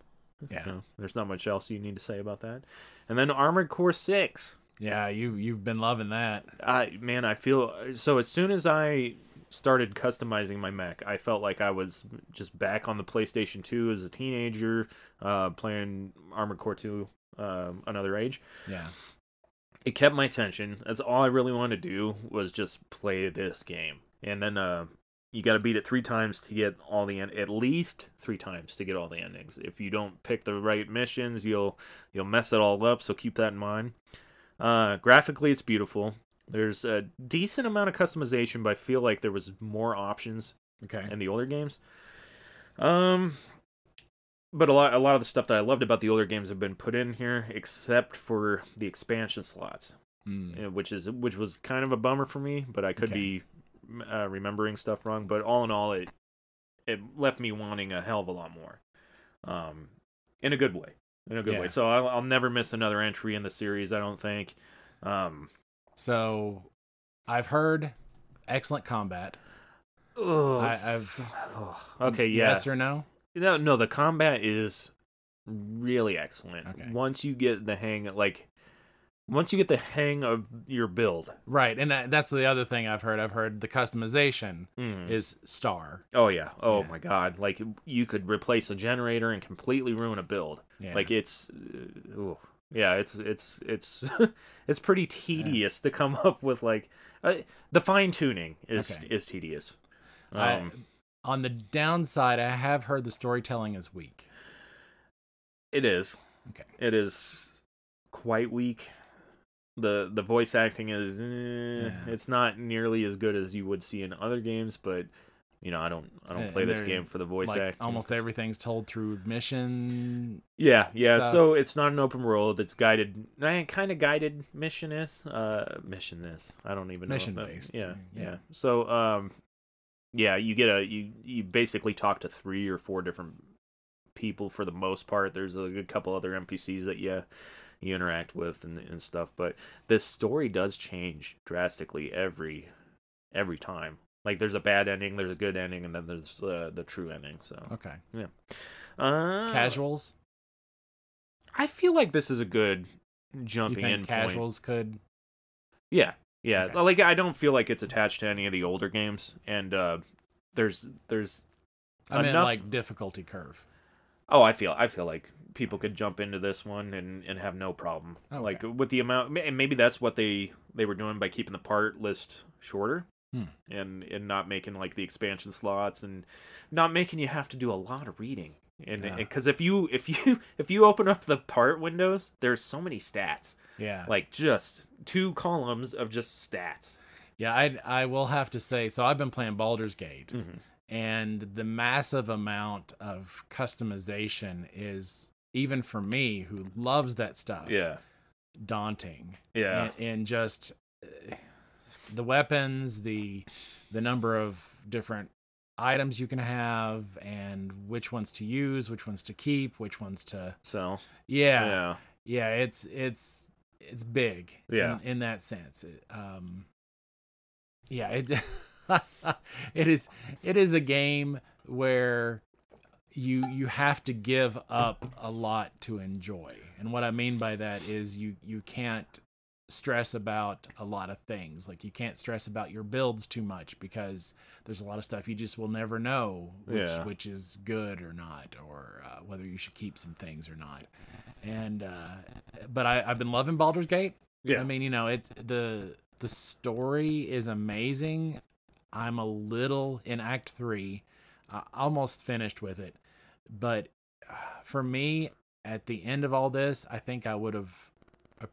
Speaker 2: Yeah.
Speaker 1: You know, there's not much else you need to say about that. And then Armored Core Six.
Speaker 2: Yeah, you you've been loving that.
Speaker 1: I man, I feel so. As soon as I started customizing my Mac, I felt like I was just back on the PlayStation 2 as a teenager, uh, playing Armored Core 2, um, another age.
Speaker 2: Yeah.
Speaker 1: It kept my attention. That's all I really wanted to do was just play this game. And then uh, You got to beat it three times to get all the end, at least three times to get all the endings. If you don't pick the right missions, you'll you'll mess it all up. So keep that in mind. Uh, graphically, it's beautiful. There's a decent amount of customization, but I feel like there was more options
Speaker 2: Okay.
Speaker 1: in the older games. Um, but a lot, a lot of the stuff that I loved about the older games have been put in here, except for the expansion slots,
Speaker 2: Mm.
Speaker 1: eh, which is which was kind of a bummer for me. But I could
Speaker 2: Okay.
Speaker 1: be m- uh, remembering stuff wrong. But all in all, it it left me wanting a hell of a lot more, um, in a good way, in a good
Speaker 2: Yeah.
Speaker 1: way. So I'll, I'll never miss another entry in the series. I don't think. Um,
Speaker 2: So, I've heard excellent combat.
Speaker 1: oh,
Speaker 2: I-
Speaker 1: s- okay, yeah.
Speaker 2: Yes or no?
Speaker 1: No, no, the combat is really excellent.
Speaker 2: Okay.
Speaker 1: Once you get the hang, like, once you get the hang of your build.
Speaker 2: Right, and that, that's the other thing I've heard. I've heard the customization
Speaker 1: Mm.
Speaker 2: is star.
Speaker 1: oh yeah. Oh
Speaker 2: Yeah.
Speaker 1: my god. Like you could replace a generator and completely ruin a build.
Speaker 2: Yeah.
Speaker 1: Like it's, uh, ooh. yeah, it's it's it's it's pretty tedious to come up with like uh, the fine tuning is
Speaker 2: Okay.
Speaker 1: is tedious. Um,
Speaker 2: I- on the downside, I have heard the storytelling is weak.
Speaker 1: It is.
Speaker 2: Okay.
Speaker 1: It is quite weak. the The voice acting is eh,
Speaker 2: Yeah.
Speaker 1: it's not nearly as good as you would see in other games, but you know I don't I don't
Speaker 2: And-
Speaker 1: play
Speaker 2: and
Speaker 1: this
Speaker 2: they're,
Speaker 1: game for the voice
Speaker 2: like
Speaker 1: acting.
Speaker 2: almost everything's told through mission.
Speaker 1: Yeah, yeah.
Speaker 2: stuff.
Speaker 1: So it's not an open world. It's guided, kind of guided mission is uh mission is. I don't even know if that-
Speaker 2: Mission-based, mm,
Speaker 1: Yeah,
Speaker 2: yeah.
Speaker 1: yeah, So um, yeah, you get a you you basically talk to three or four different people for the most part. There's a good couple other NPCs that you you interact with and and stuff, but this story does change drastically every every time. Like there's a bad ending, there's a good ending, and then there's uh, the true ending. So
Speaker 2: Okay,
Speaker 1: uh,
Speaker 2: casuals.
Speaker 1: I feel like this is a good
Speaker 2: You
Speaker 1: jumping in point.
Speaker 2: think casuals could?
Speaker 1: Yeah, yeah.
Speaker 2: Okay.
Speaker 1: Like I don't feel like it's attached to any of the older games, and uh, there's there's
Speaker 2: I mean,
Speaker 1: Enough-
Speaker 2: like difficulty curve.
Speaker 1: oh I feel I feel like people could jump into this one and and have no problem.
Speaker 2: Okay.
Speaker 1: Like with the amount, and maybe that's what they they were doing by keeping the part list shorter.
Speaker 2: Hmm.
Speaker 1: And and not making like the expansion slots and not making you have to do a lot of reading and
Speaker 2: Yeah.
Speaker 1: because if you if you if you open up the part windows there's so many stats
Speaker 2: Yeah,
Speaker 1: like just two columns of just stats.
Speaker 2: yeah. I I will have to say. So I've been playing Baldur's Gate,
Speaker 1: Mhm.
Speaker 2: and the massive amount of customization is even for me who loves that stuff. daunting.
Speaker 1: yeah,
Speaker 2: and, and just uh, the weapons, the the number of different items you can have, and which ones to use, which ones to keep, which ones to
Speaker 1: So
Speaker 2: yeah yeah,
Speaker 1: yeah,
Speaker 2: it's it's it's big
Speaker 1: Yeah.
Speaker 2: in, in that sense. It, um, yeah, it it is it is a game where you you have to give up a lot to enjoy. And what I mean by that is you you can't stress about a lot of things. Like you can't stress about your builds too much because there's a lot of stuff you just will never know which
Speaker 1: Yeah.
Speaker 2: which is good or not or uh, whether you should keep some things or not. And uh but I I've been loving Baldur's Gate.
Speaker 1: yeah.
Speaker 2: I mean, you know, it's the the story is amazing. I'm a little in Act Three, uh, almost finished with it, but uh, for me, at the end of all this, I think I would have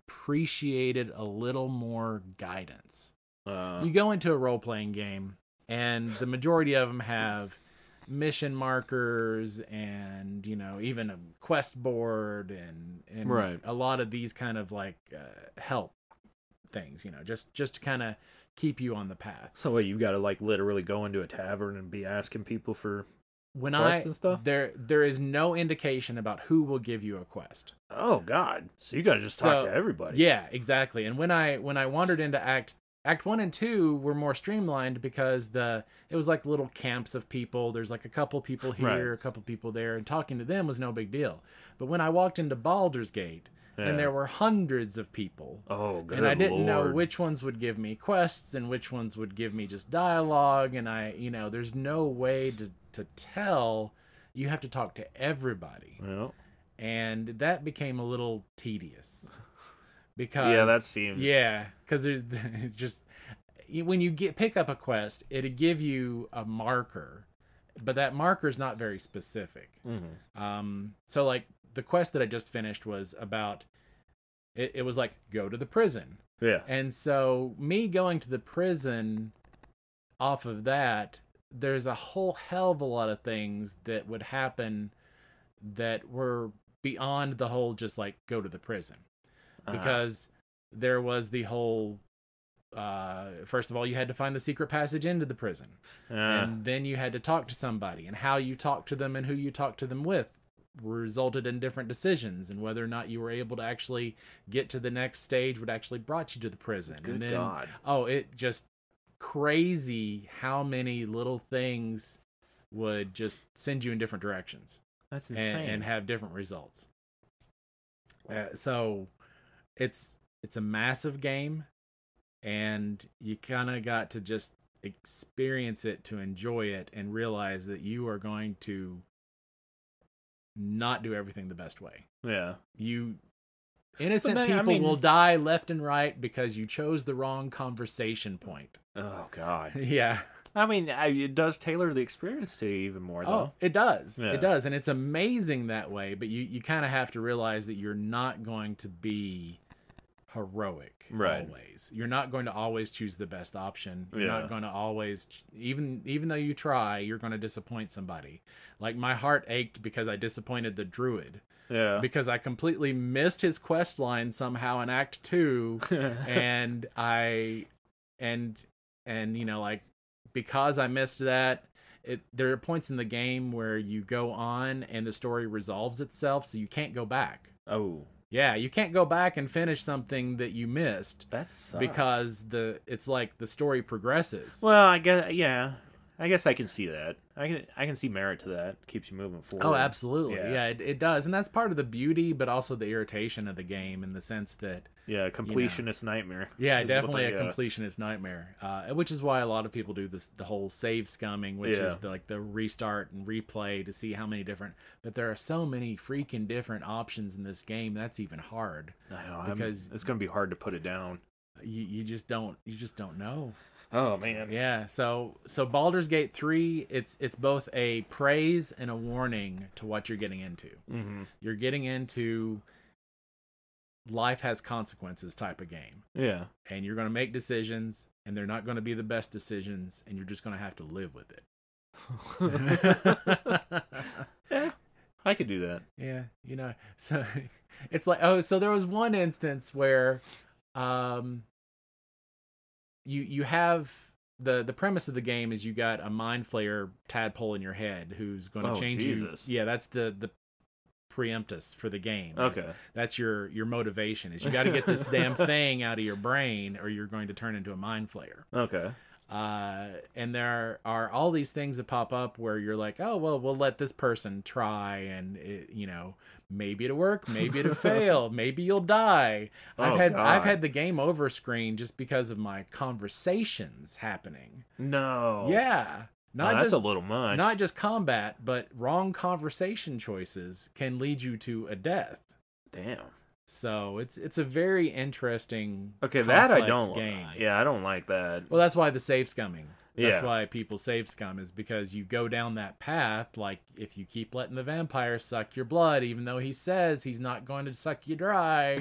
Speaker 2: appreciated a little more guidance.
Speaker 1: uh,
Speaker 2: You go into a role playing game, and the majority of them have mission markers and you know even a quest board and, and
Speaker 1: Right.
Speaker 2: a lot of these kind of like uh, help things you know just just to kind of keep you on the path
Speaker 1: so what, you got to like literally go into a tavern and be asking people for.
Speaker 2: when i
Speaker 1: Quests and stuff?
Speaker 2: there there is no indication about who will give you a quest
Speaker 1: Oh God! So you got to just talk
Speaker 2: So,
Speaker 1: to everybody.
Speaker 2: Yeah, exactly. And when I when I wandered into Act Act One and Two were more streamlined because the it was like little camps of people. There's like a couple people here,
Speaker 1: Right.
Speaker 2: a couple people there, and talking to them was no big deal. But when I walked into Baldur's Gate
Speaker 1: Yeah.
Speaker 2: and there were hundreds of people.
Speaker 1: Oh good
Speaker 2: and I didn't know
Speaker 1: Lord.
Speaker 2: which ones would give me quests and which ones would give me just dialogue. And I, you know, there's no way to, to tell. You have to talk to everybody
Speaker 1: Yeah.
Speaker 2: and that became a little tedious because
Speaker 1: Yeah, that seems-
Speaker 2: yeah because there's it's just you- when you get pick up a quest, it'll give you a marker, but that marker is not very specific. Um, so like the quest that I just finished was about it, it was like go to the prison.
Speaker 1: Yeah.
Speaker 2: And so me going to the prison off of that, there's a whole hell of a lot of things that would happen that were beyond the whole just like go to the prison
Speaker 1: Uh,
Speaker 2: because there was the whole uh first of all you had to find the secret passage into the prison
Speaker 1: uh,
Speaker 2: and then you had to talk to somebody and how you talked to them and who you talked to them with resulted in different decisions and whether or not you were able to actually get to the next stage what actually brought you to the prison
Speaker 1: good
Speaker 2: and then
Speaker 1: God.
Speaker 2: oh it just crazy how many little things would just send you in different directions
Speaker 1: That's insane.
Speaker 2: and, and have different results. Uh, so it's it's a massive game, and you kind of got to just experience it to enjoy it and realize that you are going to not do everything the best way.
Speaker 1: yeah.
Speaker 2: You innocent
Speaker 1: then, I
Speaker 2: people
Speaker 1: mean-
Speaker 2: will die left and right because you chose the wrong conversation point.
Speaker 1: Oh God.
Speaker 2: yeah.
Speaker 1: I mean, I, it does tailor the experience to you even more,
Speaker 2: Oh,
Speaker 1: though.
Speaker 2: it does.
Speaker 1: Yeah.
Speaker 2: It does, and it's amazing that way. But you you kind of have to realize that you're not going to be heroic
Speaker 1: Right.
Speaker 2: always. You're not going to always choose the best option. You're
Speaker 1: Yeah.
Speaker 2: not going to always ch- even even though you try, you're going to disappoint somebody. Like my heart ached because I disappointed the druid
Speaker 1: yeah.
Speaker 2: because I completely missed his quest line somehow in Act Two, and I, and and you know like because I missed that. It, there are points in the game where you go on and the story resolves itself, so you can't go back.
Speaker 1: oh,
Speaker 2: Yeah, you can't go back and finish something that you missed
Speaker 1: that's sucks.
Speaker 2: because the it's like the story progresses.
Speaker 1: Well, I guess yeah. I guess I can see that. I can I can see merit to that. Keeps you moving forward.
Speaker 2: Oh, absolutely.
Speaker 1: Yeah.
Speaker 2: Yeah, it, it does. And that's part of the beauty, but also the irritation of the game in the sense that
Speaker 1: Yeah, completionist nightmare.
Speaker 2: Yeah,
Speaker 1: is what
Speaker 2: definitely
Speaker 1: they,
Speaker 2: a
Speaker 1: uh,
Speaker 2: completionist nightmare. Uh, which is why a lot of people do this the whole save scumming, which
Speaker 1: Yeah.
Speaker 2: is the, like the restart and replay to see how many different. But there are so many freaking different options in this game. That's even hard.
Speaker 1: I know, I'm-
Speaker 2: because-
Speaker 1: it's gonna be hard to put it down.
Speaker 2: You you just don't you just don't know.
Speaker 1: Oh man.
Speaker 2: Yeah. So so Baldur's Gate three, it's it's both a praise and a warning to what you're getting into.
Speaker 1: Mm-hmm.
Speaker 2: You're getting into life has consequences type of game.
Speaker 1: Yeah.
Speaker 2: and you're going to make decisions and they're not going to be the best decisions and you're just going to have to live with it
Speaker 1: yeah. I could do that.
Speaker 2: yeah you know so it's like oh so there was one instance where um you you have the the premise of the game is you got a mind flayer tadpole in your head who's going to
Speaker 1: Oh,
Speaker 2: change
Speaker 1: Jesus.
Speaker 2: you yeah that's the the preemptus for the game That's-
Speaker 1: Okay.
Speaker 2: that's your your motivation is you got to get this damn thing out of your brain or you're going to turn into a mind flayer
Speaker 1: Okay.
Speaker 2: uh, and there are all these things that pop up where you're like, oh well, we'll let this person try, and it, you know, maybe it'll work, maybe it'll fail, maybe you'll die.
Speaker 1: Oh,
Speaker 2: I've had I've
Speaker 1: God.
Speaker 2: had the game over screen just because of my conversations happening.
Speaker 1: No.
Speaker 2: Yeah,
Speaker 1: Oh. Now,
Speaker 2: not
Speaker 1: that's
Speaker 2: just
Speaker 1: a little much.
Speaker 2: not just combat, but wrong conversation choices can lead you to a death.
Speaker 1: Damn.
Speaker 2: So it's it's a very interesting
Speaker 1: Okay, that I
Speaker 2: complex
Speaker 1: don't.
Speaker 2: game.
Speaker 1: Yeah, I don't like that.
Speaker 2: Well, that's why the save scumming. That's
Speaker 1: Yeah.
Speaker 2: why people save scum is because you go down that path. Like if you keep letting the vampire suck your blood, even though he says he's not going to suck you dry.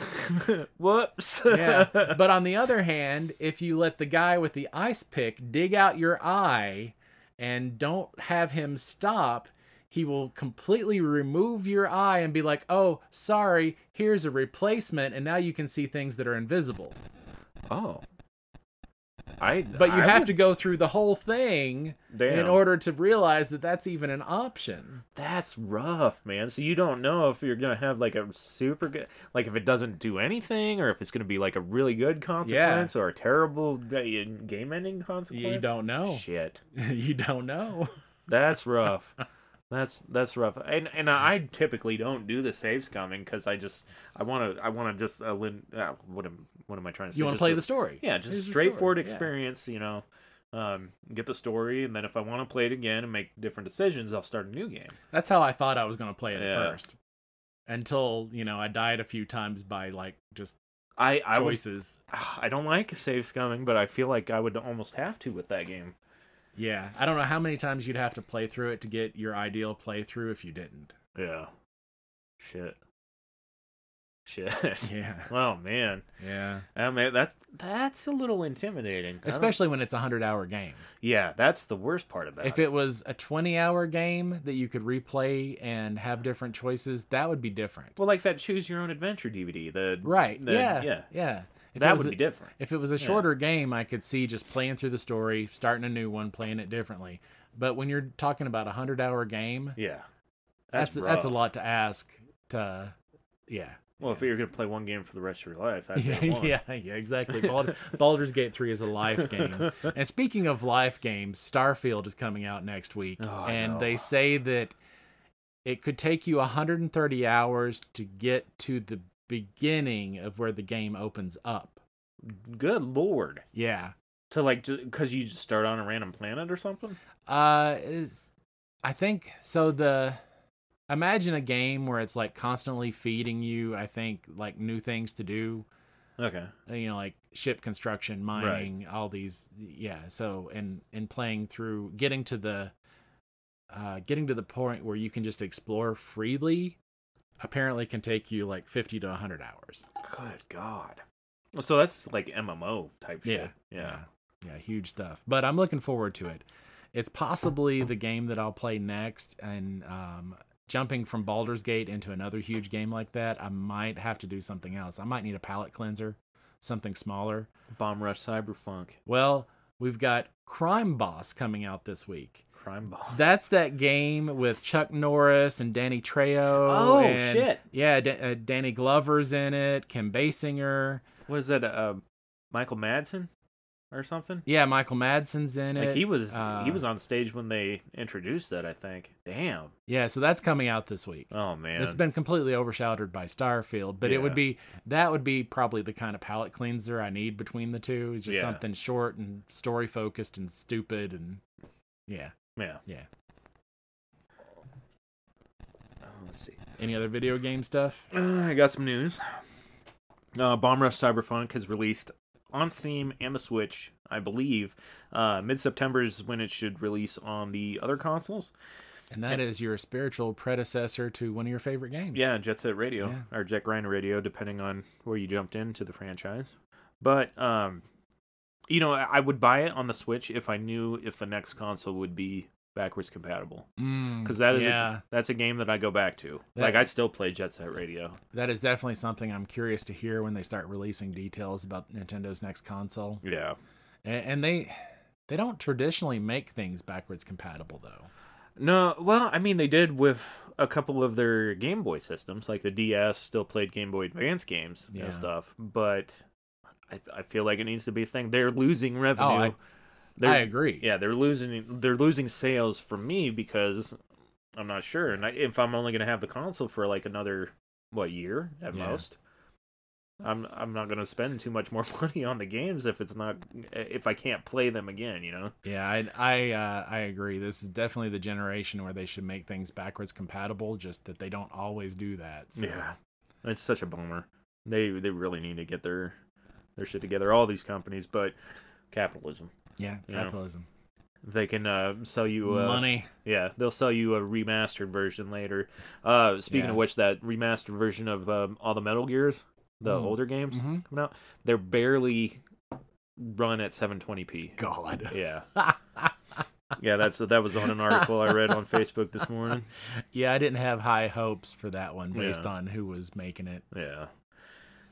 Speaker 1: Whoops.
Speaker 2: Yeah. but on the other hand, if you let the guy with the ice pick dig out your eye and don't have him stop, he will completely remove your eye and be like, "Oh, sorry, here's a replacement," and now you can see things that are invisible.
Speaker 1: oh. I.
Speaker 2: But you
Speaker 1: I
Speaker 2: have
Speaker 1: would-
Speaker 2: to go through the whole thing in
Speaker 1: Damn.
Speaker 2: order to realize that that's even an option.
Speaker 1: That's rough, man. So you don't know if you're gonna have like a super good, like if it doesn't do anything, or if it's gonna be like a really good consequence or a terrible g- game-ending consequence.
Speaker 2: You, don't know.
Speaker 1: Shit,
Speaker 2: you don't know.
Speaker 1: that's rough. that's that's rough. And and I typically don't do the save scumming because I just I want to I want to just uh, lin- uh, what am what am I trying to say?
Speaker 2: You want to
Speaker 1: Just
Speaker 2: play
Speaker 1: a-
Speaker 2: the story.
Speaker 1: yeah, just a
Speaker 2: Here's the
Speaker 1: straightforward
Speaker 2: story. Yeah.
Speaker 1: experience. You know, um, get the story, and then if I want to play it again and make different decisions, I'll start a new game.
Speaker 2: That's how I thought I was going to play it
Speaker 1: Yeah.
Speaker 2: at first. Until, you know, I died a few times by like just
Speaker 1: I I would,
Speaker 2: choices.
Speaker 1: I don't like save scumming, but I feel like I would almost have to with that game.
Speaker 2: Yeah, I don't know how many times you'd have to play through it to get your ideal playthrough if you didn't.
Speaker 1: Yeah. Shit. Shit.
Speaker 2: Yeah,
Speaker 1: oh man.
Speaker 2: yeah.
Speaker 1: Oh man, that's that's a little intimidating. I don't-
Speaker 2: Especially when it's a hundred-hour game.
Speaker 1: Yeah, that's the worst part about
Speaker 2: If
Speaker 1: it.
Speaker 2: it was a twenty-hour game that you could replay and have different choices, that would be different.
Speaker 1: Well, like that choose your own adventure DVD. The
Speaker 2: Right?
Speaker 1: the-
Speaker 2: yeah.
Speaker 1: Yeah.
Speaker 2: Yeah. If it
Speaker 1: that
Speaker 2: was
Speaker 1: would
Speaker 2: a-
Speaker 1: be different.
Speaker 2: If it was a shorter game, I could see just playing through the story, starting a new one, playing it differently. But when you're talking about a hundred-hour game,
Speaker 1: Yeah.
Speaker 2: that's that's, a
Speaker 1: rough.
Speaker 2: lot to ask. To yeah,
Speaker 1: Well, if you're gonna play one game for the rest of your life, that'd
Speaker 2: yeah,
Speaker 1: be one.
Speaker 2: yeah, yeah, exactly. Bald- Baldur's Gate 3 is a life game. And speaking of life games, Starfield is coming out next week.
Speaker 1: Oh, I
Speaker 2: and
Speaker 1: know.
Speaker 2: they say that it could take you 130 hours to get to the beginning of where the game opens up.
Speaker 1: Good lord.
Speaker 2: Yeah.
Speaker 1: To like, because you just start on a random planet or something.
Speaker 2: Uh, it's, I think so. The imagine a game where it's like constantly feeding you, I think, like new things to do.
Speaker 1: Okay.
Speaker 2: uh, you know like ship construction mining all these yeah so and and playing through getting to the uh getting to the point where you can just explore freely apparently can take you like 50 to 100 hours
Speaker 1: Good god. Well, So that's like MMO type shit. Yeah.
Speaker 2: yeah yeah huge stuff but i'm looking forward to it it's possibly the game that i'll play next and um jumping from Baldur's Gate into another huge game like that i might have to do something else i might need a palate cleanser something smaller
Speaker 1: Bomb Rush Cyberfunk.
Speaker 2: Well, we've got Crime Boss coming out this week.
Speaker 1: Crime Boss.
Speaker 2: That's that game with Chuck Norris and Danny Trejo.
Speaker 1: Oh,
Speaker 2: and-
Speaker 1: shit.
Speaker 2: Yeah, Da- uh, Danny Glover's in it. Kim Basinger.
Speaker 1: was that uh, Michael Madsen or something?
Speaker 2: Yeah, Michael Madsen's in it.
Speaker 1: Like he was he
Speaker 2: uh,
Speaker 1: was on stage when they introduced that. I think. Damn.
Speaker 2: Yeah, so that's coming out this week.
Speaker 1: Oh man.
Speaker 2: It's been completely overshadowed by Starfield, but it
Speaker 1: Yeah.
Speaker 2: would be that would be probably the kind of palate cleanser I need between the two. It's just
Speaker 1: Yeah.
Speaker 2: something short and story focused and stupid and yeah.
Speaker 1: yeah.
Speaker 2: Yeah.
Speaker 1: Oh, let's see.
Speaker 2: Any other video game stuff?
Speaker 1: Uh, I got some news. Uh, Bomb Rush Cyberpunk has released on Steam and the Switch, I believe. Uh, Mid September is when it should release on the other consoles.
Speaker 2: And that is your spiritual predecessor to one of your favorite games.
Speaker 1: Yeah, Jet Set Radio
Speaker 2: Yeah.
Speaker 1: or Jet Grind Radio, depending on where you jumped into the franchise. But um, you know, I I would buy it on the Switch if I knew if the next console would be backwards compatible. Because that is
Speaker 2: Mm, yeah,
Speaker 1: a, that's a game that I go back to.
Speaker 2: That-
Speaker 1: like I still play Jet Set Radio.
Speaker 2: that is definitely something I'm curious to hear when they start releasing details about Nintendo's next console.
Speaker 1: Yeah.
Speaker 2: And, and they they don't traditionally make things backwards compatible though.
Speaker 1: No, well, I mean they did with a couple of their Game Boy systems, like the DS still played Game Boy Advance games
Speaker 2: Yeah.
Speaker 1: and stuff. But I, I feel like it needs to be a thing. They're losing revenue.
Speaker 2: Oh, I-
Speaker 1: They're-
Speaker 2: I agree.
Speaker 1: Yeah, they're losing they're losing sales from me because I'm not sure, and I, if I'm only gonna have the console for like another what year at
Speaker 2: Yeah.
Speaker 1: most. I'm I'm not gonna spend too much more money on the games if it's not eh, if I can't play them again, you know.
Speaker 2: Yeah, I I, uh, I agree. This is definitely the generation where they should make things backwards compatible. Just that they don't always do that. So.
Speaker 1: it's such a bummer. They they really need to get their their shit together. All these companies, but capitalism.
Speaker 2: yeah,
Speaker 1: Yeah.
Speaker 2: capitalism,
Speaker 1: They can uh, sell you uh,
Speaker 2: money.
Speaker 1: Yeah, they'll sell you a remastered version later. Uh, speaking
Speaker 2: Yeah.
Speaker 1: of which, that remastered version of um, all the Metal Gears, the
Speaker 2: Mm.
Speaker 1: older games
Speaker 2: Mhm.
Speaker 1: coming out, they're barely run at 720p.
Speaker 2: God.
Speaker 1: Yeah, yeah, that's that was on an article I read on Facebook this morning.
Speaker 2: Yeah, I didn't have high hopes for that one based
Speaker 1: Yeah.
Speaker 2: on who was making it.
Speaker 1: Yeah.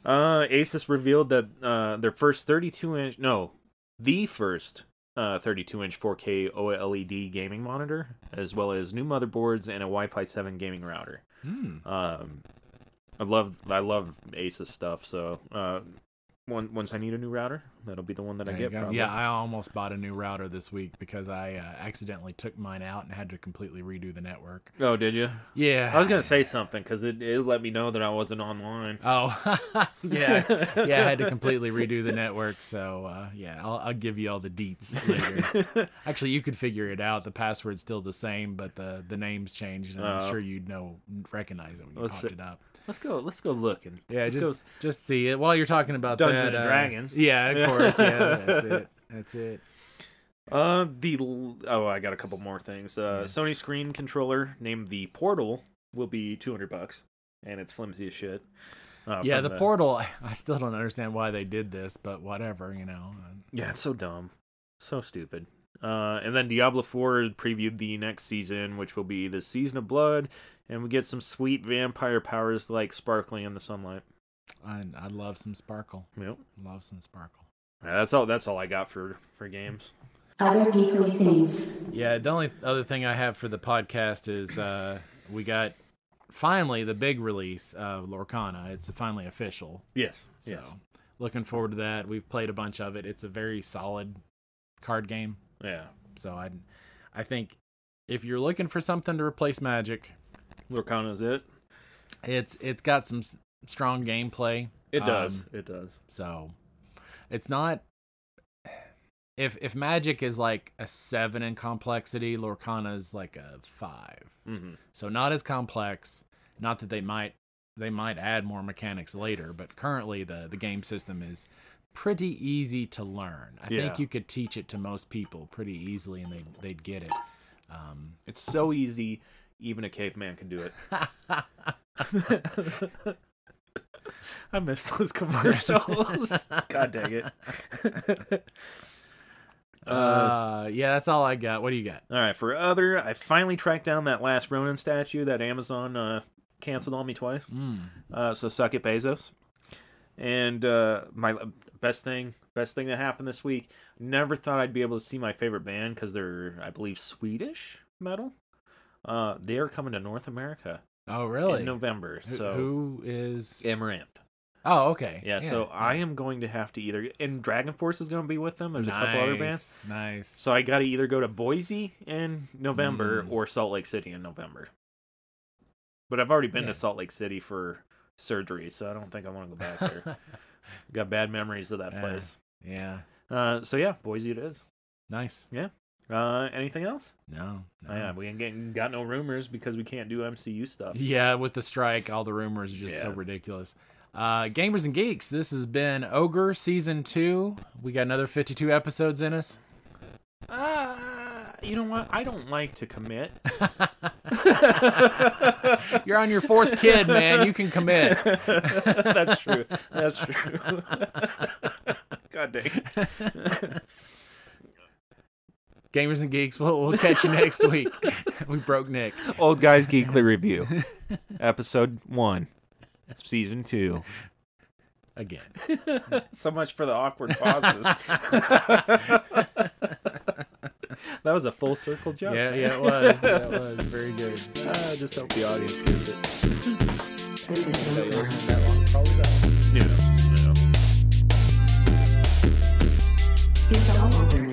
Speaker 1: Uh, Asus revealed that uh, their first 32 inch, no, the first uh, 32 inch 4K OLED E gaming monitor, as well as new motherboards and a Wi-Fi 7 gaming router.
Speaker 2: Hmm.
Speaker 1: Um, I love I love Asus stuff. So uh, one, once I need a new router, that'll be the one that I
Speaker 2: There you
Speaker 1: get.
Speaker 2: go.
Speaker 1: Probably.
Speaker 2: Yeah, I almost bought a new router this week because I uh, accidentally took mine out and had to completely redo the network.
Speaker 1: Oh, did you?
Speaker 2: Yeah.
Speaker 1: I was gonna say something because it it let me know that I wasn't online.
Speaker 2: Oh, yeah. Yeah, I had to completely redo the network. So, uh, yeah, I'll, I'll give you all the deets later. Actually, you could figure it out. The password's still the same, but the, the name's changed. And I'm
Speaker 1: Oh.
Speaker 2: sure you'd know, recognize it when you
Speaker 1: Let's
Speaker 2: popped
Speaker 1: see.
Speaker 2: it up.
Speaker 1: Let's go. Let's go look and
Speaker 2: Yeah,
Speaker 1: let's
Speaker 2: just
Speaker 1: go
Speaker 2: just see it while you're talking about
Speaker 1: Dungeons
Speaker 2: that,
Speaker 1: and
Speaker 2: uh,
Speaker 1: Dragons.
Speaker 2: Yeah, of
Speaker 1: Yeah.
Speaker 2: course. Yeah, that's it. That's it.
Speaker 1: Uh, the l- oh, I got a couple more things. Uh,
Speaker 2: Yeah.
Speaker 1: Sony screen controller named the Portal will be two hundred bucks, and it's flimsy as shit. Uh,
Speaker 2: yeah,
Speaker 1: from
Speaker 2: the, portal. I, I still don't understand why they did this, but whatever, you know.
Speaker 1: Yeah, it's so dumb, so stupid. Uh, and then Diablo Four previewed the next season, which will be the season of blood, and we get some sweet vampire powers like sparkling in the sunlight.
Speaker 2: I I love some sparkle.
Speaker 1: Yep,
Speaker 2: Love some sparkle.
Speaker 1: Yeah, Uh, that's all. That's all I got for for games.
Speaker 3: Other geekly things.
Speaker 2: Yeah, the only other thing I have for the podcast is uh, we got finally the big release of Lorcana. It's finally official.
Speaker 1: Yes,
Speaker 2: So
Speaker 1: yes,
Speaker 2: looking forward to that. We've played a bunch of it. It's a very solid card game.
Speaker 1: yeah.
Speaker 2: So I, I think if you're looking for something to replace Magic,
Speaker 1: Lurkana's it.
Speaker 2: it's it's got some s- strong gameplay.
Speaker 1: It does.
Speaker 2: Um,
Speaker 1: it does.
Speaker 2: so it's not. If if Magic is like a seven in complexity, Lorcana is like a five.
Speaker 1: hmm
Speaker 2: So not as complex. Not that they might they might add more mechanics later, but currently the the game system is pretty easy to learn. I
Speaker 1: Yeah.
Speaker 2: think you could teach it to most people pretty easily, and they they'd get it. Um,
Speaker 1: It's so easy. Even a caveman can do it. I miss those commercials. God dang it.
Speaker 2: uh, yeah, that's all I got. What do you got?
Speaker 1: All right, for other, I finally tracked down that last Ronin statue that Amazon uh, canceled on me twice.
Speaker 2: Mm.
Speaker 1: Uh, so suck it, Bezos. And uh, my best thing, best thing that happened this week. Never thought I'd be able to see my favorite band because they're, I believe, Swedish metal. Uh, they are coming to North America
Speaker 2: Oh, really?
Speaker 1: in November.
Speaker 2: Who-
Speaker 1: so
Speaker 2: who is?
Speaker 1: Amaranth.
Speaker 2: Oh, okay.
Speaker 1: Yeah, so I am going to have to either and Dragon Force is going to be with them. There's a couple other bands.
Speaker 2: Nice, Nice.
Speaker 1: So I got to either go to Boise in November
Speaker 2: Mm.
Speaker 1: or Salt Lake City in November. But I've already been
Speaker 2: Yeah.
Speaker 1: to Salt Lake City for surgery, so I don't think I want to go back there. got bad memories of that
Speaker 2: Yeah.
Speaker 1: place.
Speaker 2: yeah.
Speaker 1: Uh, so yeah, Boise it is.
Speaker 2: Nice.
Speaker 1: Uh, anything else?
Speaker 2: No. no.
Speaker 1: Oh, yeah, we ain't getting, got no rumors because we can't do MCU stuff.
Speaker 2: Yeah, with the strike, all the rumors are just so
Speaker 1: Yeah.
Speaker 2: ridiculous. Uh, gamers and geeks, this has been Ogre season two. We got another fifty-two episodes in us.
Speaker 1: Uh, you know what? I don't like to commit.
Speaker 2: You're on your fourth kid, man. You can commit.
Speaker 1: That's true. That's true. God dang.
Speaker 2: Gamers and geeks, we'll, we'll catch you next week. we broke Nick.
Speaker 1: Old Guys Geekly Review, Episode 1, Season 2.
Speaker 2: again.
Speaker 1: So much for the awkward pauses. that was a full circle joke.
Speaker 2: Yeah, yeah, it was. That was very good.
Speaker 1: I just hope the audience gets it.
Speaker 3: This is Ogre.
Speaker 1: No, no.
Speaker 3: It's all over now.